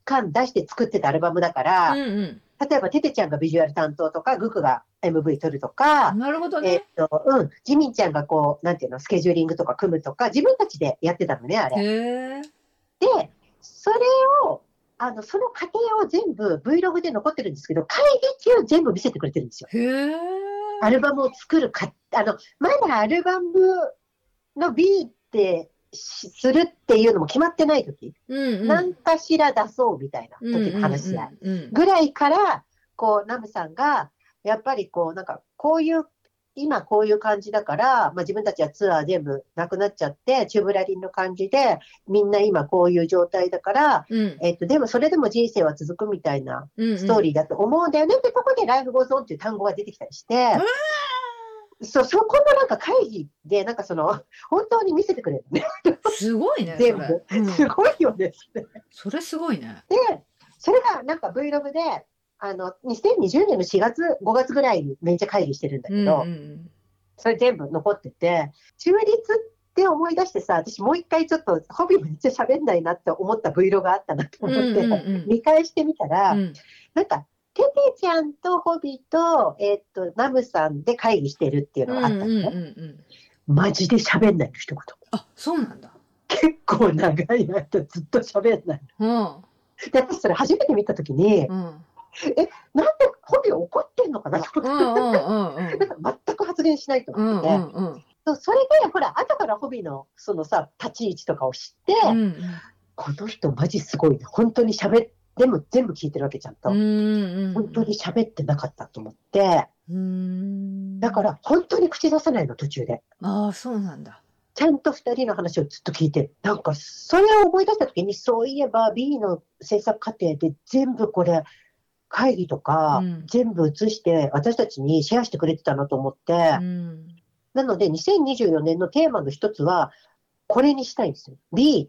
[SPEAKER 1] 感出して作ってたアルバムだから、
[SPEAKER 2] うん
[SPEAKER 1] 例えば、テテちゃんがビジュアル担当とか、グクが MV 撮るとか
[SPEAKER 2] うん。、なるほど
[SPEAKER 1] えー
[SPEAKER 2] ね
[SPEAKER 1] っ。と、うん、ジミンちゃんがこう、なんていうの、スケジューリングとか組むとか、自分たちでやってたのね、あれ。
[SPEAKER 2] へえ。
[SPEAKER 1] で、それを、あの、その過程を全部 Vlog で残ってるんですけど、会議中全部見せてくれてるんですよ。
[SPEAKER 2] へえ。
[SPEAKER 1] アルバムを作るか、あの、まだアルバムの B ってしするっていうのも決まってない時、
[SPEAKER 2] うんうん。
[SPEAKER 1] 何かしら出そうみたいな
[SPEAKER 2] うんうん
[SPEAKER 1] 時の話し合い
[SPEAKER 2] うんうん。
[SPEAKER 1] ぐらいから、こう、ナムさんが、やっぱりこう、なんか、こういう、今こういう感じだから、まあ自分たちはツアー全部なくなっちゃって、チューブラリンの感じで、みんな今こういう状態だから、
[SPEAKER 2] うん
[SPEAKER 1] えっと、でもそれでも人生は続くみたいな
[SPEAKER 2] うんうん。
[SPEAKER 1] ストーリーだと思うんだよねってとこで、ライフゴーゾーンっていう単語が出てきたりして、そう、そこもなんか会議で、なんかその、本当に見せてくれるのね。
[SPEAKER 2] すごいね。それ
[SPEAKER 1] 全部
[SPEAKER 2] うん
[SPEAKER 1] すごいよね。
[SPEAKER 2] それすごいね。
[SPEAKER 1] で、それがなんか Vlog で、あの、2020年の4月、5月ぐらいにめっちゃ会議してるんだ
[SPEAKER 2] う
[SPEAKER 1] け
[SPEAKER 2] ん
[SPEAKER 1] ど、
[SPEAKER 2] うん
[SPEAKER 1] それ全部残ってて、中立って思い出してさ、私もう一回ちょっと、ホビーめっちゃ喋んないなって思った Vlog があったなと
[SPEAKER 2] うん
[SPEAKER 1] 思
[SPEAKER 2] う
[SPEAKER 1] っ
[SPEAKER 2] ん
[SPEAKER 1] て、
[SPEAKER 2] うんうん
[SPEAKER 1] 見返してみたら、
[SPEAKER 2] うん
[SPEAKER 1] なんか、テテちゃんとホビーと、えーっと、ナムさんで会議してるっていうのがあったのね。
[SPEAKER 2] うんうんうん
[SPEAKER 1] マジで喋んないの、一言。
[SPEAKER 2] あそうなんだ。
[SPEAKER 1] 結構長い間ずっと喋んない。
[SPEAKER 2] うん
[SPEAKER 1] で、私それ初めて見たときに、
[SPEAKER 2] うん
[SPEAKER 1] なんでホビー怒ってんのかなと
[SPEAKER 2] う
[SPEAKER 1] 思っ
[SPEAKER 2] ん
[SPEAKER 1] て。
[SPEAKER 2] うんうんうん
[SPEAKER 1] なんか全く発言しないと
[SPEAKER 2] う
[SPEAKER 1] 思
[SPEAKER 2] ん
[SPEAKER 1] って
[SPEAKER 2] う
[SPEAKER 1] て、
[SPEAKER 2] んうん
[SPEAKER 1] そうそれでほら後からホビーのそのさ立ち位置とかを知って、
[SPEAKER 2] うん
[SPEAKER 1] この人マジすごいね本当に喋っでも全部聞いてるわけちゃんと、
[SPEAKER 2] うん
[SPEAKER 1] 本当に喋ってなかったと思って
[SPEAKER 2] うん
[SPEAKER 1] だから本当に口出さないの途中で
[SPEAKER 2] ああそうなんだ。
[SPEAKER 1] ちゃんと2人の話をずっと聞いてるなんかそれを思い出した時にそういえば B の制作過程で全部これ会議とか
[SPEAKER 2] うん
[SPEAKER 1] 全部映して私たちにシェアしてくれてたなと思って、
[SPEAKER 2] うん
[SPEAKER 1] なので、2024年のテーマの一つは、これにしたいんですよ。B。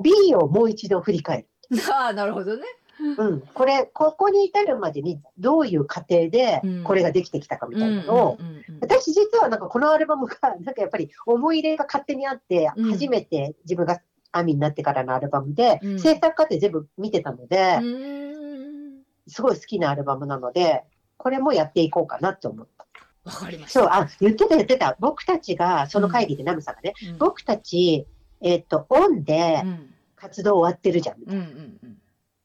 [SPEAKER 1] B をもう一度振り返
[SPEAKER 2] ああなるほどね。
[SPEAKER 1] る。うん。これ、ここに至るまでに、どういう過程で
[SPEAKER 2] うん、
[SPEAKER 1] これができてきたかみ
[SPEAKER 2] うん
[SPEAKER 1] た
[SPEAKER 2] う
[SPEAKER 1] い
[SPEAKER 2] ん
[SPEAKER 1] なのを、
[SPEAKER 2] うんうん
[SPEAKER 1] 私実はなんかこのアルバムが、 なんかやっぱり思い入れが勝手にあって、
[SPEAKER 2] うん
[SPEAKER 1] 初めて自分がアミになってからのアルバムで、
[SPEAKER 2] うん
[SPEAKER 1] 制作過程全部見てたので、
[SPEAKER 2] うん
[SPEAKER 1] すごい好きなアルバムなので、これもやっていこうかなと思った。
[SPEAKER 2] わかりまし
[SPEAKER 1] そう、
[SPEAKER 2] た。
[SPEAKER 1] あ、言ってた言ってた。僕たちが、その会議でナムさんがね、
[SPEAKER 2] うん
[SPEAKER 1] 僕たち、えっとオンで
[SPEAKER 2] うん
[SPEAKER 1] 活動終わってるじゃん、
[SPEAKER 2] うんうん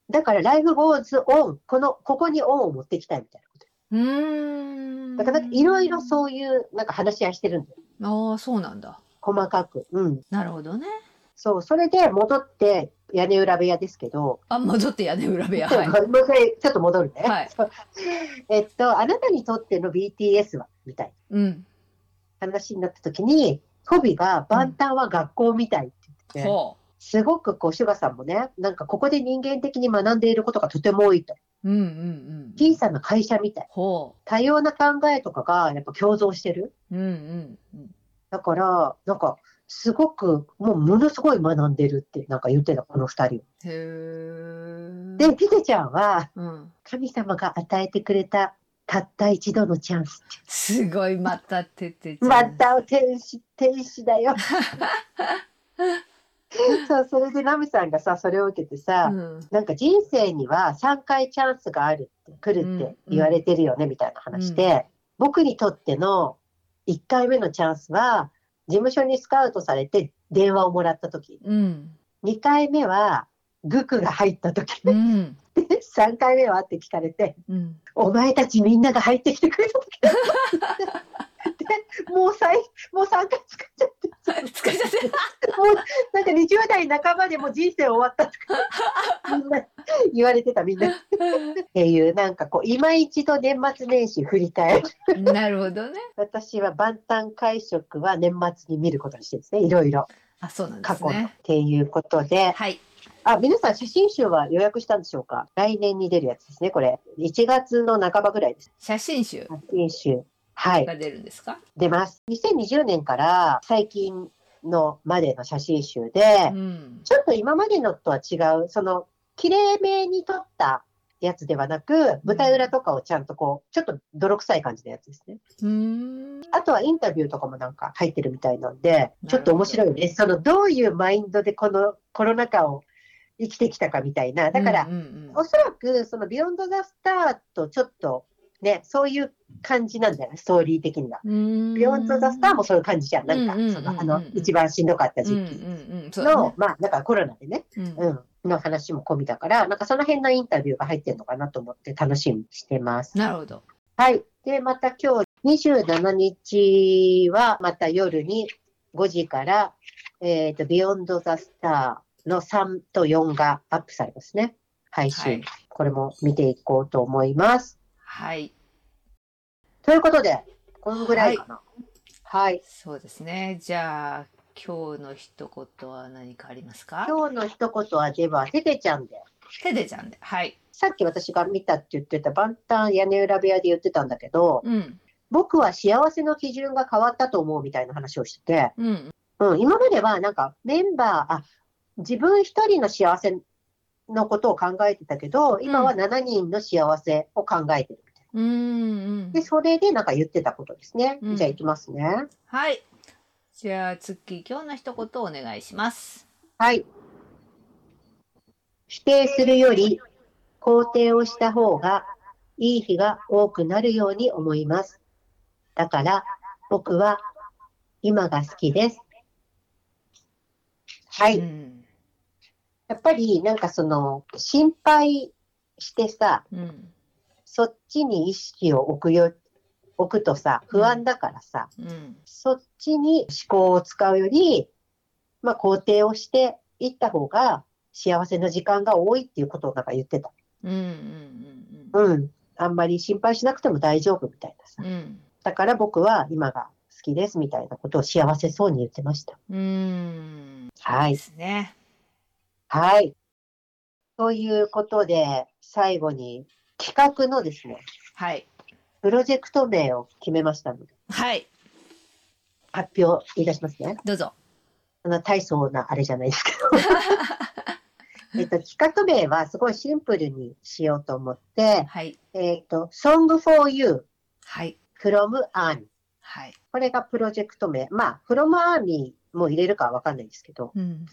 [SPEAKER 1] だからライフゴーズオンこのここにオンを持ってきたいみたいなこと
[SPEAKER 2] うん。うーん
[SPEAKER 1] だからなんかいろいろそういうなんか話し合いしてるんだよ
[SPEAKER 2] ああそうなんだ。
[SPEAKER 1] 細かくうん
[SPEAKER 2] なるほどね。
[SPEAKER 1] そうそれで戻って屋根裏部屋ですけど、
[SPEAKER 2] あ戻って屋根裏部屋。
[SPEAKER 1] ちょ
[SPEAKER 2] は
[SPEAKER 1] っ
[SPEAKER 2] い
[SPEAKER 1] と。もう一回ちょっと戻るね、
[SPEAKER 2] はい
[SPEAKER 1] そうえっとあなたにとっての BTS はみたい
[SPEAKER 2] うん。
[SPEAKER 1] な話になった時にホビが万端は学校みたいって言ってて、
[SPEAKER 2] ほ
[SPEAKER 1] すごくこうシュガさんもねなんかここで人間的に学んでいることがとても多いと
[SPEAKER 2] う。うんうんうん。
[SPEAKER 1] 小さな会社みたい。
[SPEAKER 2] ほ
[SPEAKER 1] 多様な考えとかがやっぱ共存してる。
[SPEAKER 2] う。うんうんうん。
[SPEAKER 1] だから、なんか、すごく、もうものすごい学んでるって、なんか言ってた、この二人。
[SPEAKER 2] へー
[SPEAKER 1] で、ピテちゃんは、
[SPEAKER 2] うん。
[SPEAKER 1] 神様が与えてくれた、たった一度のチャンス。
[SPEAKER 2] すごいまたててちゃん。
[SPEAKER 1] また天使、天使だよ。 そう、それでナムさんがさ、それを受けてさ、
[SPEAKER 2] うん。
[SPEAKER 1] なんか人生には3回チャンスがあるって、来るって言われてるよね、みたいな話で、僕にとっての1回目のチャンスは、事務所にスカウトされて電話をもらった時、
[SPEAKER 2] うん。
[SPEAKER 1] 2回目はグクが入った時、
[SPEAKER 2] うん。
[SPEAKER 1] 3回目はって聞かれて、
[SPEAKER 2] うん。
[SPEAKER 1] お前たちみんなが入ってきてくれた時だったって。でもう最もう3回使っちゃって
[SPEAKER 2] 疲れちゃって。
[SPEAKER 1] もうなんか20代半ばでもう人生終わったとかみんな言われてたみんなっていうなんかこう今一度年末年始振り返る
[SPEAKER 2] なるほどね。
[SPEAKER 1] 私は万端会食は年末に見ることにしてるんですねいろいろ
[SPEAKER 2] あ、そうなんで
[SPEAKER 1] 過
[SPEAKER 2] す
[SPEAKER 1] 去の、っ
[SPEAKER 2] ね。
[SPEAKER 1] ていうことで
[SPEAKER 2] はい。
[SPEAKER 1] あ皆さん写真集は予約したんでしょうか来年に出るやつですねこれ1月の半ばぐらいです
[SPEAKER 2] 写真集
[SPEAKER 1] 写真集はい
[SPEAKER 2] が出るんですか。
[SPEAKER 1] 出ます2020年から最近のまでの写真集で
[SPEAKER 2] うん。
[SPEAKER 1] ちょっと今までのとは違うその綺麗めに撮ったやつではなく舞台裏とかをちゃんとこうちょっと泥臭い感じのやつですね
[SPEAKER 2] うん。
[SPEAKER 1] あとはインタビューとかもなんか入ってるみたいなんで、
[SPEAKER 2] ど
[SPEAKER 1] ちょっと面白いね。そのどういうマインドでこのコロナ禍を生きてきたかみたいな。だから、
[SPEAKER 2] うんうん
[SPEAKER 1] おそらくそのビヨンドザスターとちょっとね、そういう感じなんだよね、ストーリー的には。
[SPEAKER 2] うん。
[SPEAKER 1] ビヨンドザスターもそういう感じじゃん。なんか、
[SPEAKER 2] うんうんうん
[SPEAKER 1] そのあ
[SPEAKER 2] う
[SPEAKER 1] の
[SPEAKER 2] んうん、
[SPEAKER 1] 一番しんどかった
[SPEAKER 2] うん
[SPEAKER 1] 時
[SPEAKER 2] うん
[SPEAKER 1] 期
[SPEAKER 2] うん。そうだ
[SPEAKER 1] の、
[SPEAKER 2] ね。
[SPEAKER 1] まあ、だからコロナでね、
[SPEAKER 2] うん
[SPEAKER 1] うん、の話も込みだから、なんかその辺のインタビューが入ってるのかなと思って楽しみにしてます。
[SPEAKER 2] なるほど。
[SPEAKER 1] はい。で、また今日27日は、また夜に5時から、えっ、と、ビヨンドザスターの3と4がアップされますね。配信。
[SPEAKER 2] はい
[SPEAKER 1] これも見ていこうと思います。
[SPEAKER 2] はい。
[SPEAKER 1] ということで、このぐらいかな。はい。
[SPEAKER 2] そうですね。じゃあ、今日の一言は何かありますか
[SPEAKER 1] 今日の一言は、では、テテちゃんで。
[SPEAKER 2] てでちゃんで。はい。
[SPEAKER 1] さっき私が見たって言ってた、万端屋根裏部屋で言ってたんだけど、
[SPEAKER 2] うん。
[SPEAKER 1] 僕は幸せの基準が変わったと思うみたいな話をしてて、
[SPEAKER 2] うん
[SPEAKER 1] うん、今まではなんかメンバー、あ、自分一人の幸せのことを考えてたけど、今は7人の幸せを考えてるみたい
[SPEAKER 2] うんうん
[SPEAKER 1] な。で、それでなんか言ってたことですね。
[SPEAKER 2] うん
[SPEAKER 1] じゃあ行きますね。
[SPEAKER 2] はいじゃあ月今日の一言お願いします
[SPEAKER 1] はい。否定するより肯定をした方がいい日が多くなるように思います。だから僕は今が好きです。はい。
[SPEAKER 2] うん
[SPEAKER 1] やっぱりなんかその心配してさ、
[SPEAKER 2] うん
[SPEAKER 1] そっちに意識を置くよ、置くとさ、不安だからさ、
[SPEAKER 2] うん
[SPEAKER 1] そっちに思考を使うより、まあ肯定をしていった方が幸せの時間が多いっていうことをなんか言ってた。
[SPEAKER 2] うんうん
[SPEAKER 1] うん。あんまり心配しなくても大丈夫みたいなさ
[SPEAKER 2] うんう。ん
[SPEAKER 1] だから僕は今が好きですみたいなことを幸せそうに言ってました。
[SPEAKER 2] うん
[SPEAKER 1] は
[SPEAKER 2] で
[SPEAKER 1] い。
[SPEAKER 2] すね
[SPEAKER 1] はい。ということで、最後に企画のですね、
[SPEAKER 2] はい
[SPEAKER 1] プロジェクト名を決めましたので、
[SPEAKER 2] はい
[SPEAKER 1] 発表いたしますね。
[SPEAKER 2] どうぞ
[SPEAKER 1] そんな大層なあれじゃないですけど。えっと、企画名はすごいシンプルにしようと思って、
[SPEAKER 2] はい
[SPEAKER 1] えっと、Song for You
[SPEAKER 2] はい
[SPEAKER 1] from Army。
[SPEAKER 2] はい
[SPEAKER 1] これがプロジェクト名。まあ、from Army も入れるかはわかんないですけど、
[SPEAKER 2] うん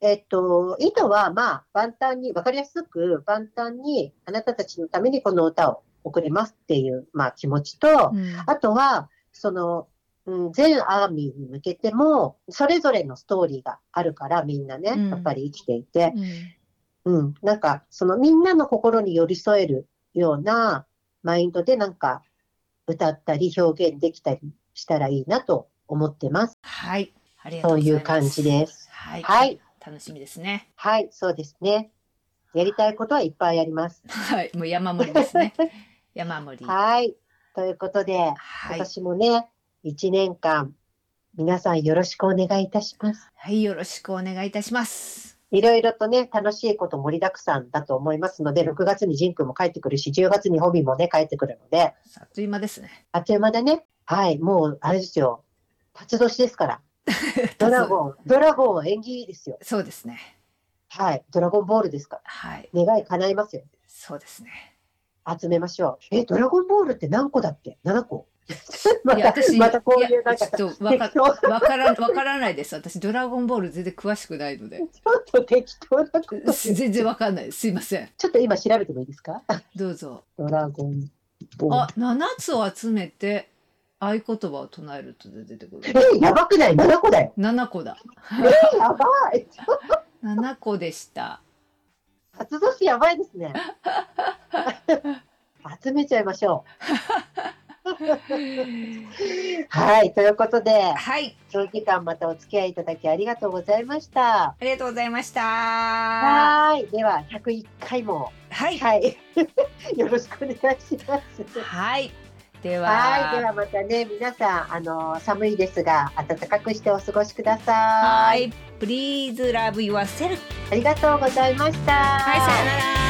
[SPEAKER 1] えっと、意図はまあ、万端に、わかりやすく万端に、あなたたちのためにこの歌を送りますっていう、まあ、気持ちと、
[SPEAKER 2] うん
[SPEAKER 1] あとは、その、うん、全アーミーに向けても、それぞれのストーリーがあるから、みんなね、
[SPEAKER 2] うん
[SPEAKER 1] やっぱり生きていて、
[SPEAKER 2] うん
[SPEAKER 1] うん、なんか、そのみんなの心に寄り添えるようなマインドで、なんか、歌ったり表現できたりしたらいいなと思ってます。
[SPEAKER 2] はいありがと
[SPEAKER 1] そ
[SPEAKER 2] うご
[SPEAKER 1] う
[SPEAKER 2] ざい
[SPEAKER 1] い
[SPEAKER 2] ま
[SPEAKER 1] う
[SPEAKER 2] す
[SPEAKER 1] 感じです。
[SPEAKER 2] はい、
[SPEAKER 1] はい、
[SPEAKER 2] 楽しみですね
[SPEAKER 1] はい、そうですね。やりたいことはいっぱいあります。
[SPEAKER 2] はい、もう山盛りで すね。山盛り。は
[SPEAKER 1] はい、ということで、
[SPEAKER 2] い、
[SPEAKER 1] 私もね、1年間、皆さんよろしくお願いいたします。
[SPEAKER 2] はい、よろしくお願いいたします。
[SPEAKER 1] いろいろとね、楽しいこと盛りだくさんだと思いますので、6月にジン君も帰ってくるし、10月にホビーもね、帰ってくるので、
[SPEAKER 2] あっという間ですね。
[SPEAKER 1] あっという間でね、はい、もう、あれですよ、辰年ですから、ドラゴン、ドラゴンは縁起いいですよ。
[SPEAKER 2] そうですね。
[SPEAKER 1] はい、ドラゴンボールですか
[SPEAKER 2] はい、
[SPEAKER 1] ら、願い叶いますよ。
[SPEAKER 2] そうですね。
[SPEAKER 1] 集めましょう。え、ドラゴンボールって何個だっけ ?7 個 ま
[SPEAKER 2] い
[SPEAKER 1] た
[SPEAKER 2] や、私、
[SPEAKER 1] またこういうなん
[SPEAKER 2] や
[SPEAKER 1] か、
[SPEAKER 2] ちょっとわ
[SPEAKER 1] 適 当、
[SPEAKER 2] か
[SPEAKER 1] ち
[SPEAKER 2] わからん、わからないです。私、ドラゴンボール全然詳しくないので、
[SPEAKER 1] ょっと適当なこと。ち
[SPEAKER 2] 全然わかんないです。すいません。
[SPEAKER 1] ょっと今調べてもいいですか
[SPEAKER 2] どうぞ。
[SPEAKER 1] ドラゴンボー
[SPEAKER 2] あ
[SPEAKER 1] ル。、
[SPEAKER 2] 七つを集めて合言葉を唱えると出てくる。
[SPEAKER 1] え、やばくない ?7 個だよ。
[SPEAKER 2] 七個だ。
[SPEAKER 1] え、やばい。
[SPEAKER 2] 七個でした。
[SPEAKER 1] 初年やばいです ね。集めちゃいましょう。はい、ということで、
[SPEAKER 2] はい、
[SPEAKER 1] 長時間またお付き合いいただきありがとうございました。
[SPEAKER 2] ありがとうございました。
[SPEAKER 1] はーい、では101回も、
[SPEAKER 2] はい。
[SPEAKER 1] はい、 よろしくお願いします。
[SPEAKER 2] はい。では。
[SPEAKER 1] はい、ではまたね、皆さん、あの寒いですが、暖かくしてお過ごしください。
[SPEAKER 2] はい。Please love yourself.
[SPEAKER 1] ありがとうございました。
[SPEAKER 2] はい、さよなら。